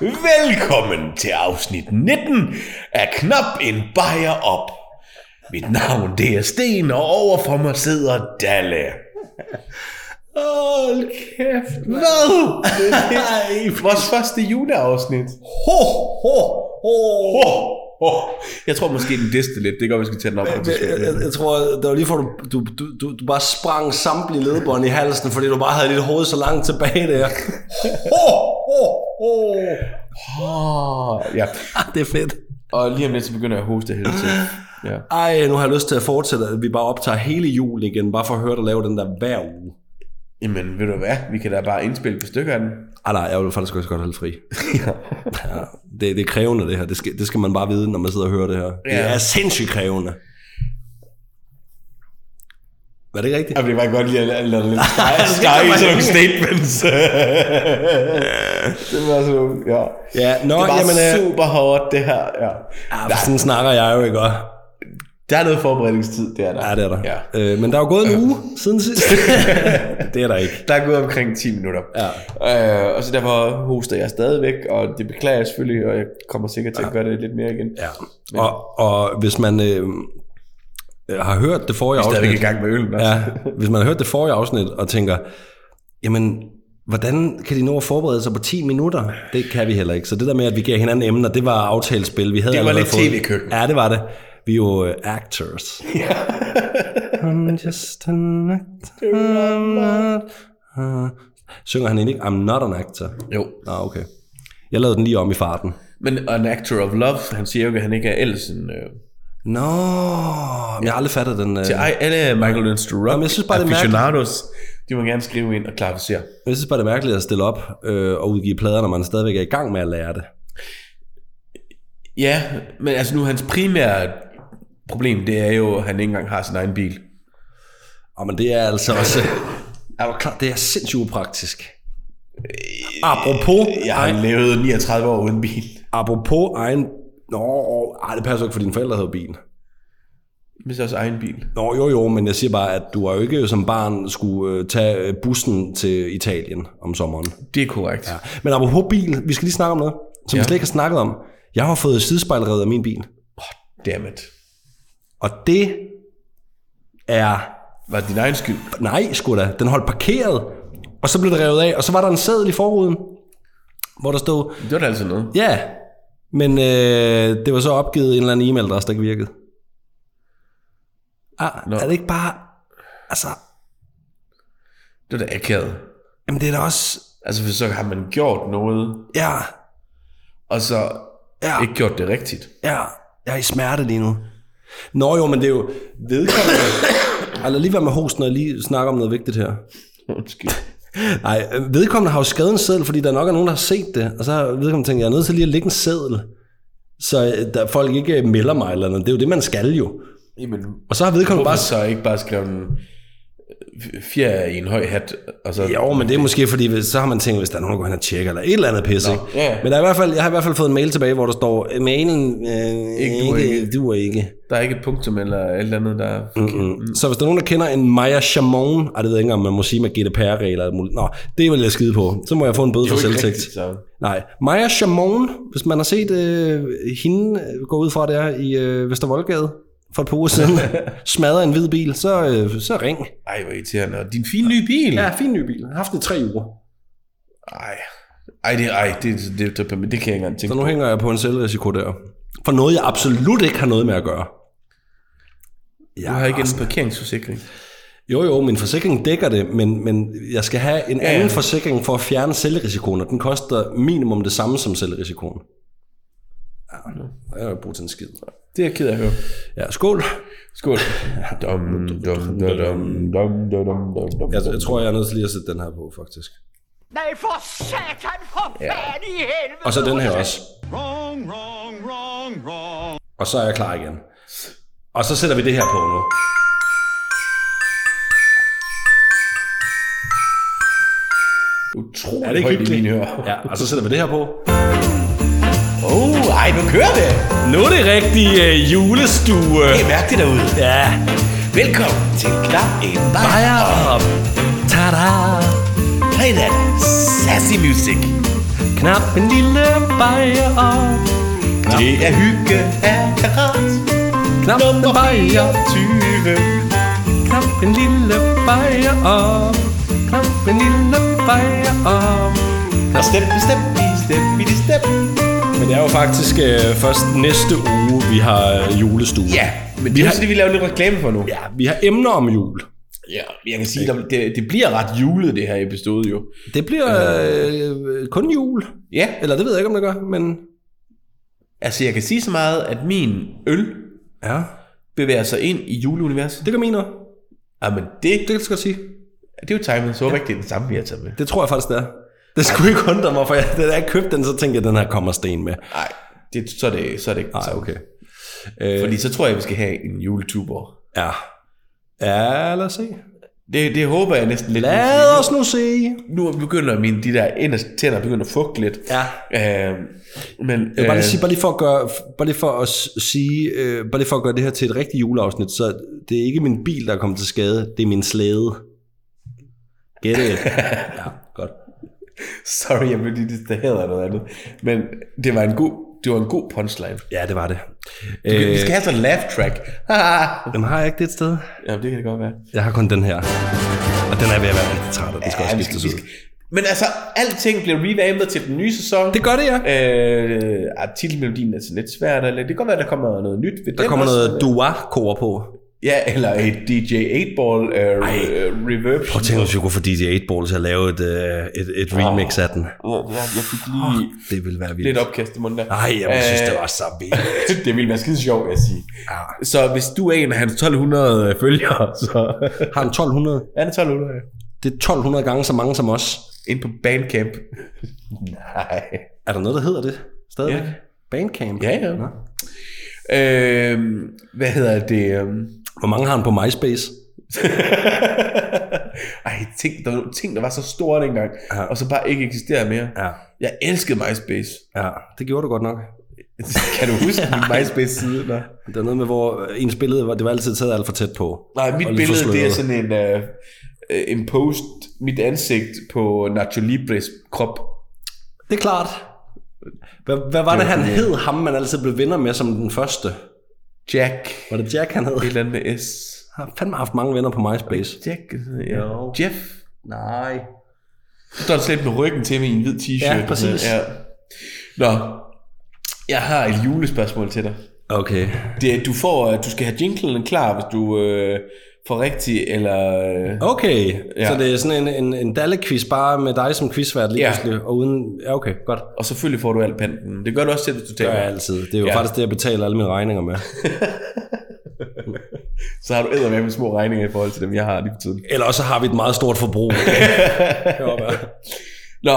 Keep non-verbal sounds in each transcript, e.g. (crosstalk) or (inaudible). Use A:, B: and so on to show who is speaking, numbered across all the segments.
A: Velkommen til afsnit 19 af Knap en Bajer Op. Mit navn det er Sten, og overfor mig sidder Dalle. Hold kæft, hvad? (laughs) Det er vores første juleafsnit. Ho, ho, ho, ho, ho. Jeg tror måske, den diste lidt. Det gør, vi skal tage den op. på et
B: Jeg,
A: tidspunkt.
B: jeg, jeg tror, det var lige for, du, du, du, du, du bare sprang samtlige ledbånd i halsen, fordi du bare havde dit hoved så langt tilbage der. Ho, ho, ho.
A: Åh, ja.
B: Ah, det er fedt.
A: Og lige om lidt, så begynder jeg at hoste hele tiden. Ja.
B: Ej, nu har jeg lyst til at fortsætte, at vi bare optager hele jul igen, bare for at høre dig lave den der hver uge.
A: Jamen, ved du hvad? Vi kan da bare indspille et par stykker af den.
B: Ej, Ah, nej, jeg vil faktisk også godt holde fri. (laughs) ja, det, det er krævende, det her. Det skal, det skal man bare vide, når man sidder og hører det her. Ja. Det
A: Ja.
B: er sindssygt krævende. Var det ikke rigtigt?
A: Jeg vil bare godt lige at lade- lade
B: (laughs)
A: det lidt
B: Ej,
A: skære
B: det
A: skære i
B: kan
A: sådan
B: man
A: nogle
B: ikke.
A: statements. det var sådan nogle, ja.
B: Ja, nå,
A: Det var
B: jamen, øh,
A: super hårdt, det her. Ja.
B: ja, for sådan snakker jeg jo ikke også.
A: Der er noget forberedningstid, det er der.
B: Ja, det er der.
A: Ja.
B: Øh, men der er jo gået en uge siden sidst. det er der ikke.
A: Der er gået omkring 10 minutter.
B: Ja.
A: Øh, og så derfor hoster jeg stadigvæk, og det beklager jeg selvfølgelig, og jeg kommer sikkert til at gøre det lidt mere igen.
B: Ja. Og, og hvis man øh, har hørt det forrige afsnit...
A: gang med øllen også.
B: Ja, hvis man har hørt det forrige afsnit og tænker, jamen, hvordan kan de nå at forberede sig på 10 minutter? Det kan vi heller ikke. Så det der med, at vi gav hinanden emner, det var aftalespil. Vi havde
A: Det var
B: allerede
A: lidt
B: fået-
A: tv-køkken.
B: Ja, det var det. Vi er jo øh, actors. I'm just an actor. Ah. Synger han egentlig ikke, I'm not an actor?
A: Jo,
B: Ah, okay. Jeg lavede den lige om i farten.
A: Men an actor of love, han siger jo ikke, at han ikke er ellers en... Øh,
B: Nå, men jeg har aldrig fattet den. Øh,
A: til ej, alle Michael Lynch to rock
B: jeg synes bare, det er mærkeligt.
A: aficionados, de må gerne skrive ind og klarificere.
B: jeg synes bare, det er mærkeligt at stille op øh, og udgive plader, når man stadigvæk er i gang med at lære det.
A: Ja, men altså nu hans primære problem, det er jo, at han ikke engang har sin egen bil.
B: Og men det er altså også... (laughs) Er du klar? Det er sindssygt upraktisk. Øh, Apropos,
A: Jeg har
B: ej,
A: levet 39 år uden bil.
B: apropos egen... Nå, ej, det passer jo ikke, for dine forældre havde bil.
A: Hvis også egen bil.
B: Nå, jo, jo, men jeg siger bare, at du har jo ikke som barn skulle øh, tage øh, bussen til Italien om sommeren.
A: Det er korrekt. Ja.
B: Men apropos bil, vi skal lige snakke om noget, som ja. vi slet ikke har snakket om. Jeg har fået sidespejlrevet af min bil.
A: Dammit.
B: Og det er...
A: Var det din egen skyld?
B: Nej, sgu da. Den holdt parkeret, og så blev det revet af. Og så var der en sædel i forruden, hvor der stod,
A: Det var da altså noget.
B: ja, men øh, det var så opgivet en eller anden e-mailadresse, der ikke virkede. Ah,
A: Nå.
B: er det ikke bare... Altså,
A: Det var da akavet.
B: jamen det er da også...
A: Altså, for så har man gjort noget,
B: Ja,
A: og så
B: Ja.
A: ikke gjort det rigtigt. (laughs)
B: ja, jeg er i smerte lige nu. Nå jo, men det er jo vedkommende... (coughs) Eller lige være med hosten, når jeg lige snakker om noget vigtigt her.
A: Undskyld.
B: Nej, øh, vedkommende har jo skrevet en seddel, fordi der nok er nogen, der har set det. Og så har vedkommende tænkt, jeg er nødt til lige at lægge en seddel, så øh, der folk ikke øh, melder mig eller noget. Det er jo det, man skal jo.
A: Jamen,
B: Og så har vedkommende
A: Hvorfor
B: bare...
A: så ikke bare skrive en øh, fjer i en høj hat? Og så,
B: Jo, men det er måske fordi, hvis, så har man tænkt, hvis der er nogen, der går hen og tjekker, eller et eller andet pis, ikke?
A: ja, ja.
B: Men der er i hvert fald, jeg har i hvert fald fået en mail tilbage, hvor der står, "Øh, mailen øh,
A: Ikke duer ikke."
B: duer ikke.
A: Der er ikke et punktum eller et eller andet, der er...
B: Mm. Så hvis der er nogen, der kender en Maja Chamon, og det ved jeg ikke engang, om man må sige med GDPR-regler, og alt muligt. nå, det vil jeg skide på. Så må jeg få en bøde for selvtægt.
A: så.
B: Nej, Maja Shamon, hvis man har set øh, hende øh, gå ud fra der i øh, Vestervoldgade for et par uger siden, (laughs) smadre en hvid bil, så, øh, så ring.
A: Ej, hvor irriterende. Og din fine nye bil.
B: Ja, fin ny bil. Jeg har haft den i tre uger.
A: Ej. Ej, det, ej det, det, det, det, det kan jeg ikke engang tænke
B: Så nu hænger jeg på en selvrisiko der. For noget, jeg absolut ikke har noget med at gøre.
A: Du har ikke en parkeringsforsikring.
B: Jo, jo, min forsikring dækker det, men, men jeg skal have en
A: ja.
B: anden forsikring for at fjerne selvrisikoen, og den koster minimum det samme som selvrisikoen. Ja, jeg har jo ikke brug til en skid.
A: Det er jeg ked af at høre.
B: Ja, skål.
A: Skål. (laughs) Dum, dum, dum, dum, dum, dum, dum, dum.
B: Jeg, jeg tror, jeg er nødt til lige at sætte den her på, faktisk.
C: Nej, for satan, for ja. fanden i helvede!
B: Og så den her også.
D: Wrong, wrong, wrong, wrong.
B: Og så er jeg klar igen. Og så sætter vi det her på nu.
A: Utrolig
B: Er det ikke
A: højt i
B: hyggeligt?
A: mine ører.
B: Ja, og så sætter vi det her på.
A: Oh, ej, nu kører det.
B: Nu er det rigtig øh, julestue.
A: Hey, mærk det derude.
B: Ja.
A: Velkommen til Knap en Bajer.
B: Bajer op. Tada. Hej da.
A: Sassy music.
B: Knap en lille bajer op.
A: Det er hygge af karat.
B: Knap en bajer.
A: 20.
B: Knap en lille bajer op. Knap en lille bajer op.
A: Og step, step, step, step, step.
B: Men det er jo faktisk øh, først næste uge, vi har øh, julestue.
A: Ja, men det er også det, vi laver lidt reklame for nu.
B: ja, vi har emner om jul.
A: Ja, jeg kan sige, der, det, det bliver ret julet, det her episode jo.
B: Det bliver øh, kun jul.
A: Ja,
B: Eller det ved jeg ikke, om det gør, men...
A: altså jeg kan sige så meget, at min øl
B: Ja,
A: bevæger sig ind i juleuniverset.
B: det gør min også.
A: Jamen, det,
B: Det kan du så godt sige.
A: det er jo timet, så jeg ikke, det er den samme, vi har taget med.
B: Det tror jeg faktisk, det er. Det skulle ikke undre mig, for jeg, da jeg købte den, så tænkte jeg, at den her kommer sten med.
A: Nej, det, så er det, så er det ikke.
B: Nej,
A: så.
B: okay.
A: Fordi så tror jeg, vi skal have en juletuber.
B: Ja. Ja, lad os se.
A: Det, det håber jeg næsten lidt.
B: Lad os nu se.
A: Nu begynder mine de der inderste tænder begynder at fugte lidt.
B: Ja.
A: Øh, men,
B: Jeg vil bare
A: øh,
B: lige, sige, bare lige for at gøre, bare lige for at s- sige, øh, bare lige for at gøre det her til et rigtigt juleafsnit, så det er ikke min bil, der er kommet til skade, det er min slæde. Get
A: (laughs)
B: it? ja, godt.
A: Sorry, jeg blev lige distraheret af noget andet. Men det var en god, det var en god punchline.
B: Ja, det var det.
A: Vi
B: Øh,
A: skal have sådan en laugh track. (laughs)
B: jamen, har jeg ikke det et sted?
A: ja, det kan det godt være.
B: Jeg har kun den her. Og den er ved at være rigtig træt, og det skal ja,
A: Ja,
B: også
A: vi skal,
B: skiftes
A: vi
B: ud.
A: skal. Men altså, alting blev revampet til den nye sæson.
B: Det gør det, ja.
A: Øh, ah, titelmelodien er sådan lidt svært, eller det kan godt være, der kommer noget nyt ved
B: Der
A: den
B: kommer
A: også.
B: noget Dua-kor på.
A: Ja, eller et DJ 8-ball øh, øh, reverb.
B: Prøv at tænke, hvis vi kunne få DJ 8-ball til at lave et, øh, et, et remix af den.
A: Ja, ja, jeg fik lige
B: Det ville være
A: lidt
B: vildt.
A: opkast i munden der.
B: Nej, jeg synes, det var så vildt.
A: Øh, (laughs) det ville være skide sjovt, vil jeg sige.
B: Ja.
A: Så hvis du er en af hans 1200 følgere, (laughs) så...
B: Har han 1200?
A: Han er 1200, ja.
B: Det er 1200 gange så mange som os.
A: Ind på
B: (laughs)
A: Bandcamp. Nej.
B: Er der noget, der hedder det stadigvæk?
A: Ja.
B: Bandcamp?
A: Ja, ja.
B: Nå.
A: Øhm, hvad hedder det? øhm? (laughs)
B: Hvor mange har han på MySpace?
A: Ej, ting der, var- ting, der var så store dengang,
B: Ja.
A: ja. og så bare ikke eksisterer mere. Ja.
B: Ja.
A: Jeg elskede MySpace.
B: ja, det gjorde du godt nok.
A: kan du huske min MySpace-side? Nej.
B: Det er noget med, hvor ens billede, var- det var altid taget alt for tæt på.
A: Nej, mit
B: Og lidt
A: billede, det er
B: forsløret.
A: sådan en, øh, øh, en post, mit ansigt på Nacho Libres krop.
B: Det er klart. Hvad, hvad var det, han
A: genialt.
B: hed, ham man altid blev venner med som den første?
A: Jack.
B: Var det Jack, han hed?
A: Et eller andet med S.
B: Jeg har fandme haft mange venner på MySpace.
A: Jack? Ja.
B: Jo.
A: Jeff? Nej. Så står der slet med ryggen til mig i en hvid t-shirt.
B: Ja, præcis.
A: Ja. Nå, jeg har et julespørgsmål til dig.
B: Okay.
A: Det, du, får, øh, du skal have jinglen klar, hvis du øh, får rigtig, eller... Øh,
B: Okay, ja.
A: Ja.
B: så det er sådan en, en, en dalle-quiz, bare med dig som quizvært lige
A: Ja.
B: pludselig, og uden... Ja, okay, godt.
A: Og selvfølgelig får du alt panten. Det gør du også selv, hvis du
B: Det
A: tager.
B: gør jeg altid. Det er jo ja.
A: Ja.
B: faktisk det, jeg betaler alle mine regninger med.
A: Så har du med små regninger i forhold til dem, jeg har lige for tiden.
B: Eller også har vi et meget stort forbrug.
A: Nå,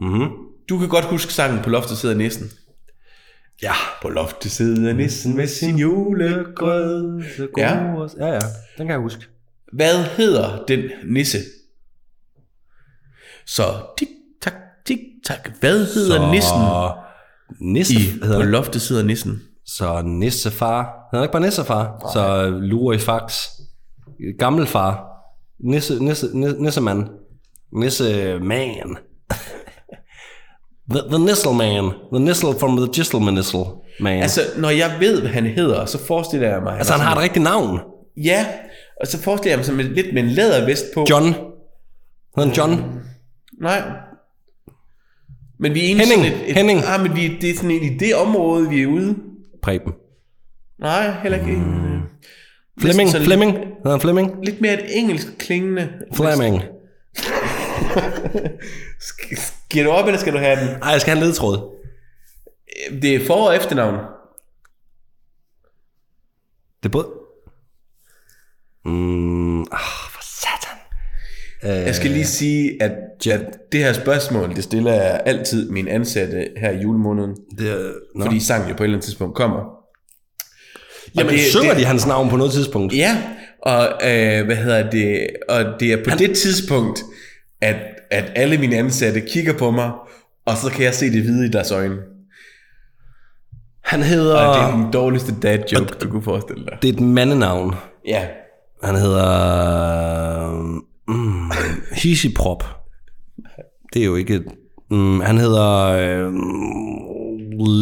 B: mm-hmm.
A: du kan godt huske sangen På loftet sidder nissen.
B: Ja.
A: På loftet sidder nissen med sin julegrød.
B: Ja.
A: Ja.
B: ja, ja. Den kan jeg huske.
A: Hvad hedder den nisse? Så tik tak, tik tak. Hvad hedder
B: Så-
A: nissen
B: Nisse,
A: i
B: I, hedder
A: På
B: han.
A: loftet sidder nissen?
B: Så nissefar. Han er ikke bare nissefar. Så øh, lurer i fax. Gammel far. Nisse, nisse, nisse, nissemand. Nisseman. (laughs) the, the Nissel man. The Nissel from the Gistle Nissel man. Altså,
A: Altså, når jeg ved, hvad han hedder, så forestiller jeg mig...
B: altså han har et rigtigt navn.
A: Ja, og så forestiller jeg mig som en, lidt med en lædervest på.
B: John. Hedder han John?
A: Nej. Men vi er enige
B: Henning,
A: sådan et, et,
B: Henning.
A: Ah, men vi, er- det er sådan et, i det område, vi er ude.
B: Preben.
A: Nej, heller ikke. Mm.
B: Fleming,
A: sådan-
B: Fleming. Hedder han Fleming?
A: Lidt mere et engelsk klingende.
B: Fleming.
A: Sk- Giver du op, eller skal du have den?
B: Ej, jeg skal have en ledtråd.
A: Øh, Det er for- og efternavn.
B: Det er både... Mm, ah, for satan.
A: Jeg skal lige sige, at, at det her spørgsmål, det stiller jeg altid min ansatte her i julemåneden.
B: Det er, nå.
A: Fordi sangen jo på et eller andet tidspunkt kommer.
B: Jamen,
A: det-
B: synger
A: det-
B: de hans navn på noget tidspunkt?
A: Ja, og øh, hvad hedder det? Og det er på Han... det tidspunkt, at, at alle mine ansatte kigger på mig, og så kan jeg se det hvide i deres øjne.
B: Han hedder...
A: Og det er den dårligste dad joke, du kunne forestille dig.
B: Det er et mandenavn.
A: Ja.
B: Han hedder... Mm, Hisiprop. Det er jo ikke... Mm, han hedder... Øh,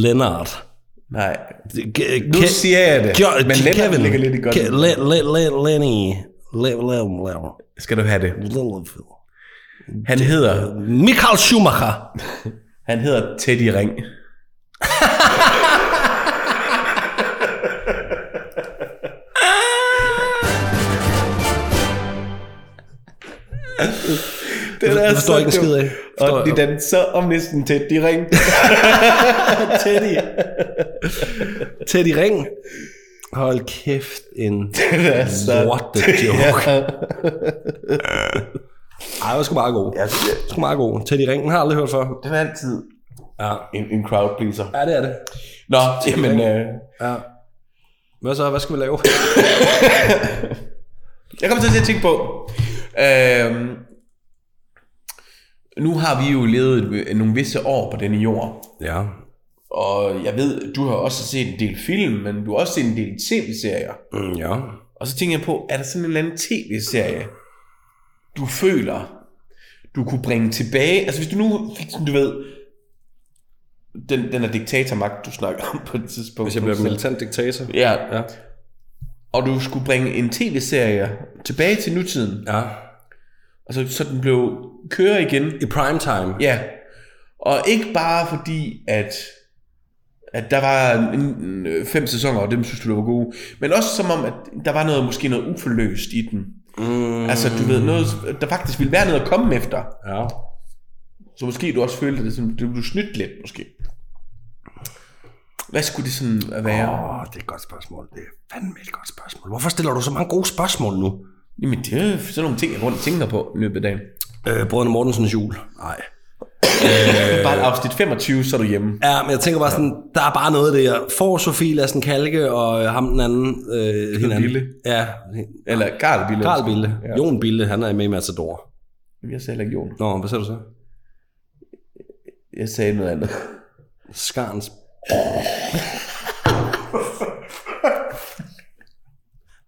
B: Leonard.
A: Nej.
B: Ke-
A: Nu siger jeg det,
B: Jo-
A: men Leonard
B: Kevin.
A: ligger lidt i godt
B: Ke- Le- Le- Le- Lenny. Le- Le- Le-
A: Skal du have det?
B: Lillefeld.
A: Han hedder,
B: Michael Schumacher.
A: han hedder Teddy Ring. Det altså
B: Jeg forstår ikke en skid af. Forstår
A: Og de
B: jeg-
A: danser om næsten tæt, de (laughs) ring.
B: Teddy. Teddy Ring. Hold kæft, en
A: så-
B: lorte (laughs) joke. Ej, det var sgu meget god. Det var sgu meget god. Teddy Ring, den har jeg aldrig hørt før.
A: Den er altid
B: Ja,
A: en, en crowd pleaser.
B: ja det er det.
A: Nå, jamen, øh,
B: Ja. Hvad så? Hvad skal vi lave?
A: jeg kommer til at tænke på, øh, nu har vi jo levet nogle visse år på denne jord,
B: Ja.
A: og jeg ved, du har også set en del film, men du har også set en del tv-serier.
B: Mm, ja.
A: Og så tænker jeg på, er der sådan en eller anden tv-serie, du føler, du kunne bringe tilbage? Altså hvis du nu fik sådan, du ved, den, den er diktatormagt, du snakker om på et tidspunkt.
B: Hvis jeg bliver militant diktator.
A: Ja.
B: Ja.
A: ja. Og du skulle bringe en tv-serie tilbage til nutiden,
B: Ja.
A: og så, så den blev kører igen.
B: I prime time.
A: Ja. Og ikke bare fordi, at, at der var en, en, øh, fem sæsoner, og dem synes du, der var gode. Men også som om, at der var noget måske noget uforløst i den.
B: Mm,
A: Altså, du ved, noget, der faktisk ville være noget at komme efter.
B: ja.
A: Så måske du også følte det, som du blev snydt lidt, måske. Hvad skulle det sådan være? Oh.
B: Åh, det er et godt spørgsmål. Det er fandme et godt spørgsmål. Hvorfor stiller du så mange gode spørgsmål nu?
A: Jamen, det er jo sådan nogle ting, jeg rundt tænker på i løbet af dagen.
B: Øh, Brødrene Mortensens jul. Nej.
A: Øh. Bare afsnit 25, så er du hjemme.
B: Ja, men jeg tænker bare sådan, der er bare noget af det, jeg får Sofie Lassen Kalke og øh, ham den anden. Øh, hinanden.
A: Bille.
B: Ja,
A: Eller Karl Bille.
B: Karl Bille.
A: Ja.
B: Ja. Jon Bille, han er med i Matador.
A: Jamen, Jeg sagde heller ikke Jon.
B: Nå, hvad sagde du så?
A: Jeg sagde noget andet.
B: Skarns.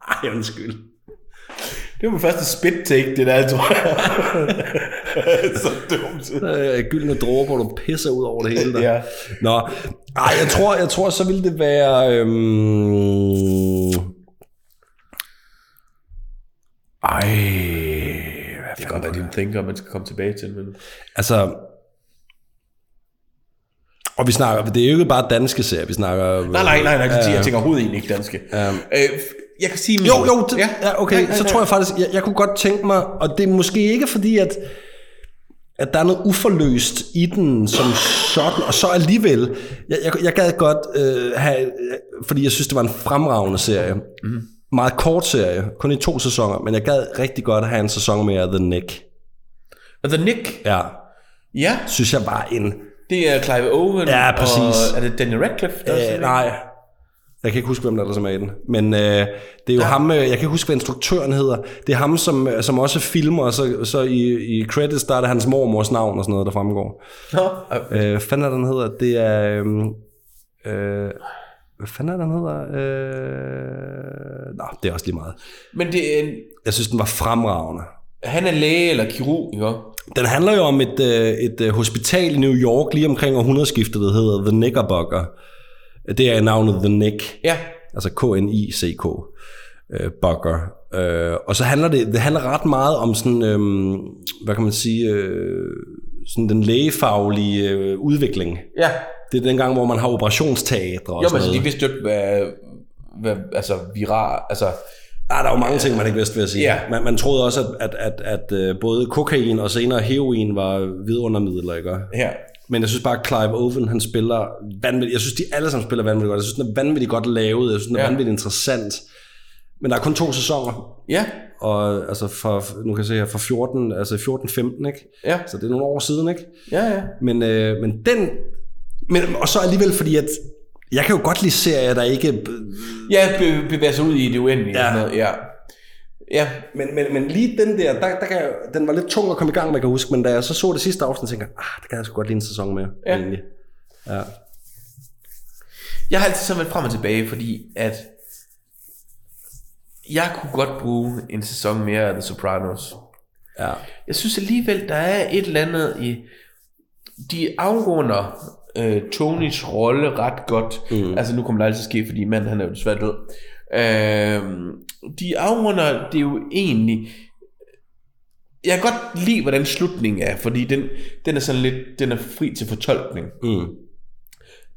B: Ej, undskyld.
A: Det var min første spit take, det der, tror jeg. (laughs) så dumt.
B: Øh, gyldne dråber, hvor du pisser ud over det hele. Der.
A: (laughs) Ja.
B: Nå, Ej, jeg tror, jeg tror, så ville det være... Øhm... Ej, hvad
A: Det er godt, at de tænker, at man skal komme tilbage til, men...
B: Altså, og vi snakker, det er jo ikke bare danske serier, vi snakker...
A: Nej, nej, nej, nej, det er fordi, jeg tænker overhovedet egentlig ikke danske. Øh, jeg kan sige...
B: Jo, jo, det, ja. ja, okay, så tror jeg faktisk, jeg, jeg kunne godt tænke mig, og det er måske ikke fordi, at, at der er noget uforløst i den som sådan, og så alligevel, jeg, jeg, jeg gad godt øh, have, fordi jeg synes, det var en fremragende serie, mm. meget kort serie, kun i to sæsoner, men jeg gad rigtig godt have en sæson mere af The Nick.
A: Og The Altså, Nick,
B: Ja,
A: ja,
B: synes jeg var en
A: det er Clive Owen.
B: Ja, præcis.
A: Og er det Daniel Radcliffe? Der
B: Øh, nej. Jeg kan ikke huske, hvem der er, der som er i den. Men øh, det er jo ja. ham, øh, jeg kan ikke huske, hvad instruktøren hedder. Det er ham, som, øh, som også filmer, og så, så i, i credits, der er det hans mormors navn og sådan noget, der fremgår.
A: Nå, øh,
B: Øh, hvad fanden er den hedder? Det er... øhm, Øh, hvad fanden er den hedder? Øh, nå, det er også lige meget.
A: men det er en,
B: Jeg synes, den var fremragende.
A: han er læge eller kirurg, ikke?
B: Den handler jo om et, øh, et øh, hospital i New York, lige omkring århundredeskiftet, der hedder The Knickerbocker. Det er navnet The Nick.
A: Ja.
B: altså K-N-I-C-K, øh, Bucker. Øh, og så handler det, det handler ret meget om sådan, øh, hvad kan man sige, øh, sådan den lægefaglige øh, udvikling.
A: Ja.
B: Det er den gang, hvor man har operationsteatre og
A: Jo, men
B: sådan
A: altså, de
B: noget.
A: vidste jo ikke, hvad, hvad altså, virar, altså,
B: Ah, der er jo mange ting, man ikke vidste ved at sige.
A: Ja.
B: Man, man troede også, at, at, at, at øh, både kokain og senere heroin var vidundermidler, ikke?
A: her.
B: Men jeg synes bare, at Clive Owen, han spiller vanvittigt. Jeg synes, de alle sammen spiller vanvittigt godt. Jeg synes, den er vanvittigt godt lavet. Jeg synes, den er
A: Ja.
B: ja. vanvittigt interessant. Men der er kun to sæsoner,
A: Ja,
B: og altså for, nu kan jeg se her, fra 14, altså 14-15, ikke?
A: ja,
B: Så det er nogle år siden, ikke?
A: ja, ja.
B: Men, øh, men den, men, og så alligevel fordi, at jeg kan jo godt lide serier, der ikke,
A: Ja, be, bevæger sig ud i det uendelige.
B: Ja.
A: Ja. Sådan noget. ja. Ja,
B: men, men, men lige den der, der, der kan jeg, den var lidt tung at komme i gang med, kan jeg huske, men da jeg så så det sidste afsnit, tænkte jeg, ah, det kan jeg sgu godt lide en sæson mere,
A: Ja.
B: ja. egentlig. Ja.
A: jeg har altid sådan været frem og tilbage, fordi at jeg kunne godt bruge en sæson mere af The Sopranos.
B: Ja.
A: Jeg synes alligevel, der er et eller andet i... De afrunder øh, Tonys rolle ret godt. Mm. Altså nu kommer det altid ske, fordi manden han er jo desværre død. Øh, de afrunder det er jo egentlig... Jeg kan godt lide, hvordan slutningen er, fordi den, den er sådan lidt, den er fri til fortolkning.
B: Mm.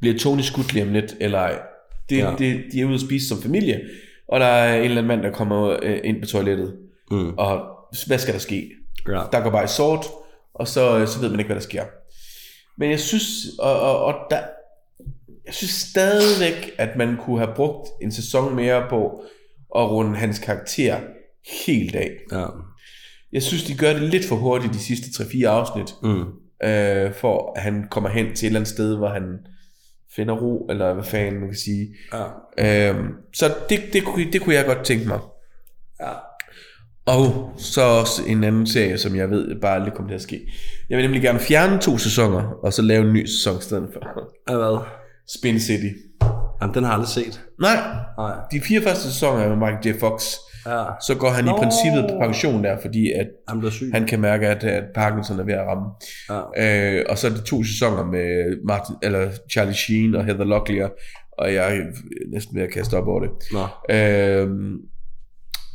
A: Bliver Tony skudt lige om lidt, eller ej? Det,
B: Ja.
A: ja. det, de er ude at spise som familie, og der er en eller anden mand, der kommer øh, ind på toilettet.
B: Mm.
A: Og hvad skal der ske?
B: Ja.
A: Der går bare i sort, og så, så ved man ikke, hvad der sker. Men jeg synes, og, og, og der, jeg synes stadigvæk, at man kunne have brugt en sæson mere på at runde hans karakter helt af.
B: ja.
A: Jeg synes, de gør det lidt for hurtigt de sidste 3-4 afsnit,
B: Mm.
A: øh, for at han kommer hen til et eller andet sted, hvor han finder ro, eller hvad fanden man kan sige.
B: ja.
A: Øh, så det, det, kunne, det kunne jeg godt tænke mig.
B: ja.
A: Og så også en anden serie, som jeg ved bare aldrig kommer til at ske. Jeg vil nemlig gerne fjerne to sæsoner, og så lave en ny sæson i stedet for. (laughs)
B: Ja, hvad?
A: Spin City.
B: Jamen, den har jeg aldrig set.
A: Nej,
B: Nej.
A: de fire første sæsoner er med Michael J. Fox.
B: Ja.
A: Så går han i
B: Nå.
A: princippet på pension der, fordi at
B: Han bliver syg.
A: han kan mærke, at, at Parkinson er ved at ramme.
B: Ja.
A: Øh, og så er det to sæsoner med Martin, eller Charlie Sheen og Heather Locklear, og jeg er næsten ved at kaste op over det.
B: Nå.
A: Øh,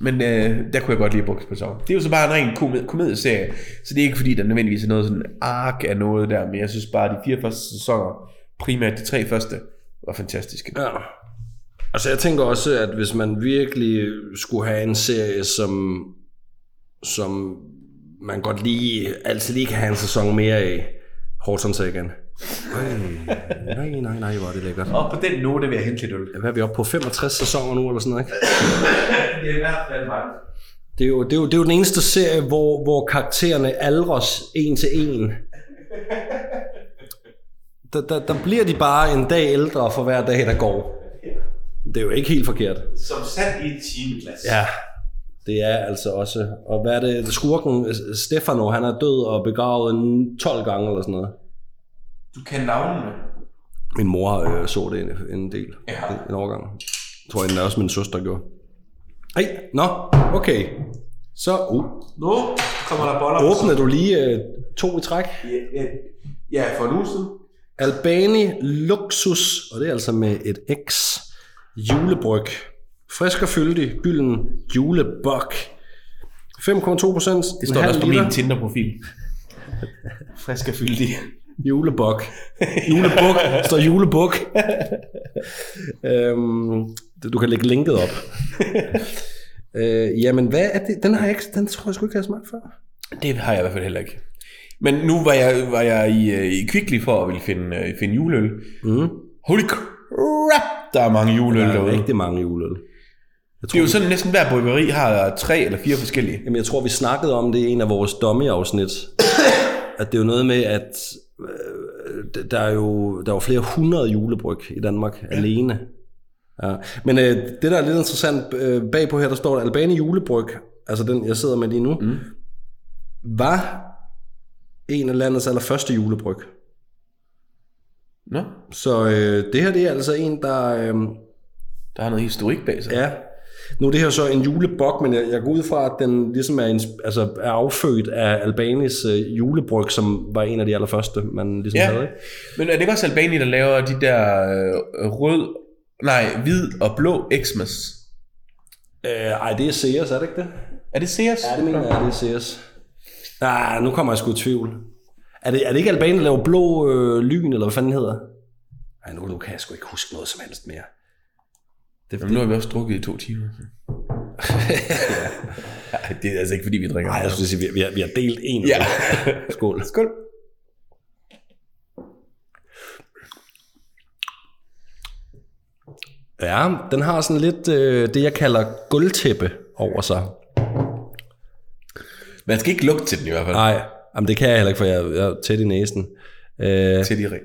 A: men øh, der kunne jeg godt lide Bugs Person. Det er jo så bare en ren komed- komedieserie, så det er ikke fordi, der nødvendigvis er noget sådan ark af noget der, men jeg synes bare, at de fire første sæsoner, primært de tre første, var fantastiske.
B: Ja. Altså jeg tænker også, at hvis man virkelig skulle have en serie, som, som man godt lige, altid lige kan have en sæson mere af, Hortons igen. Nej, nej, nej, hvor er det lækkert.
A: Og på den note vil jeg hente lidt øl.
B: Hvad er vi oppe på? 65 sæsoner nu, eller sådan noget, ikke?
A: Det er i hvert fald mange.
B: Det er jo, det er jo, det er jo den eneste serie, hvor, hvor karaktererne aldres en til en. Der, der, der bliver de bare en dag ældre for hver dag, der går. Det er jo ikke helt forkert.
A: Som sat i et timeglas.
B: Ja, det er altså også. Og hvad er det? Skurken øh, Stefano, han er død og begravet en 12 gange eller sådan noget.
A: Du kan navnene.
B: Min mor øh, så det en, en del.
A: Ja.
B: En, en overgang. Jeg tror jeg også min søster gjorde. Ej, nå, okay. Så uh,
A: Nu kommer der boller.
B: åbner du lige øh, to i træk.
A: Ja, ja. Ja, for en uge siden.
B: Albani Luxus, og det er altså med et X, julebryg. Frisk og fyldig, gylden julebok. 5,2 procent.
A: Det står der også på min Tinder-profil. Frisk og fyldig.
B: Julebok. Julebuk. står julebuk. øhm, det- du kan lægge linket op. øh, jamen, hvad er det? Den har jeg ikke, den tror jeg sgu ikke, jeg har smagt før.
A: Det har jeg i hvert fald heller ikke. Men nu var jeg, var jeg i, øh, i Kvickly for at ville finde, øh, finde juleøl.
B: Mm.
A: Holy crap, der er mange juleøl
B: Der er
A: derude.
B: rigtig mange juleøl. Jeg
A: Det er
B: tror,
A: jo sådan, at næsten hver bryggeri har tre eller fire forskellige.
B: Jamen, jeg tror, vi snakkede om det i en af vores dummy-afsnit. (coughs) at det er jo noget med, at øh, d- der er jo der er jo flere hundrede julebryg i Danmark ja. alene. Ja. Men øh, det, der er lidt interessant, øh, bagpå her, der står, at Albani julebryg, altså den, jeg sidder med lige nu, mm. var en af landets allerførste julebryg.
A: Nå,
B: Så øh, det her, det er altså en, der... Øh,
A: der er noget historik bag sig.
B: Ja. Nu er det her så en julebok, men jeg, jeg går ud fra, at den ligesom er, en, altså, er affødt af Albanis øh, julebryg, som var en af de allerførste, man ligesom
A: ja.
B: havde. Ikke?
A: Men er det ikke også Albani, der laver de der øh, rød, nej, hvid og blå Xmas?
B: Øh, ej, det er Sears, er det ikke det?
A: Er det Sears?
B: Ja, det mener jeg, det er Sears. Nej, nu kommer jeg sgu i tvivl. Er det, er det ikke Albani, der laver blå øh, lyn, eller hvad fanden den hedder? Nej, nu, nu kan jeg sgu ikke huske noget som helst mere. Det,
A: Jamen, nu har vi også drukket i to
B: (laughs)
A: timer. Nej, det er altså ikke, fordi vi drikker.
B: nej, jeg skulle sige, vi, vi, har, vi har delt en.
A: Ja.
B: Skål.
A: Skål.
B: Ja, den har sådan lidt øh, det, jeg kalder guldtæppe over sig.
A: Man skal ikke lugte til den i hvert fald.
B: Nej, jamen det kan jeg heller ikke, for jeg, jeg er tæt i næsen. Øh,
A: Til de ring.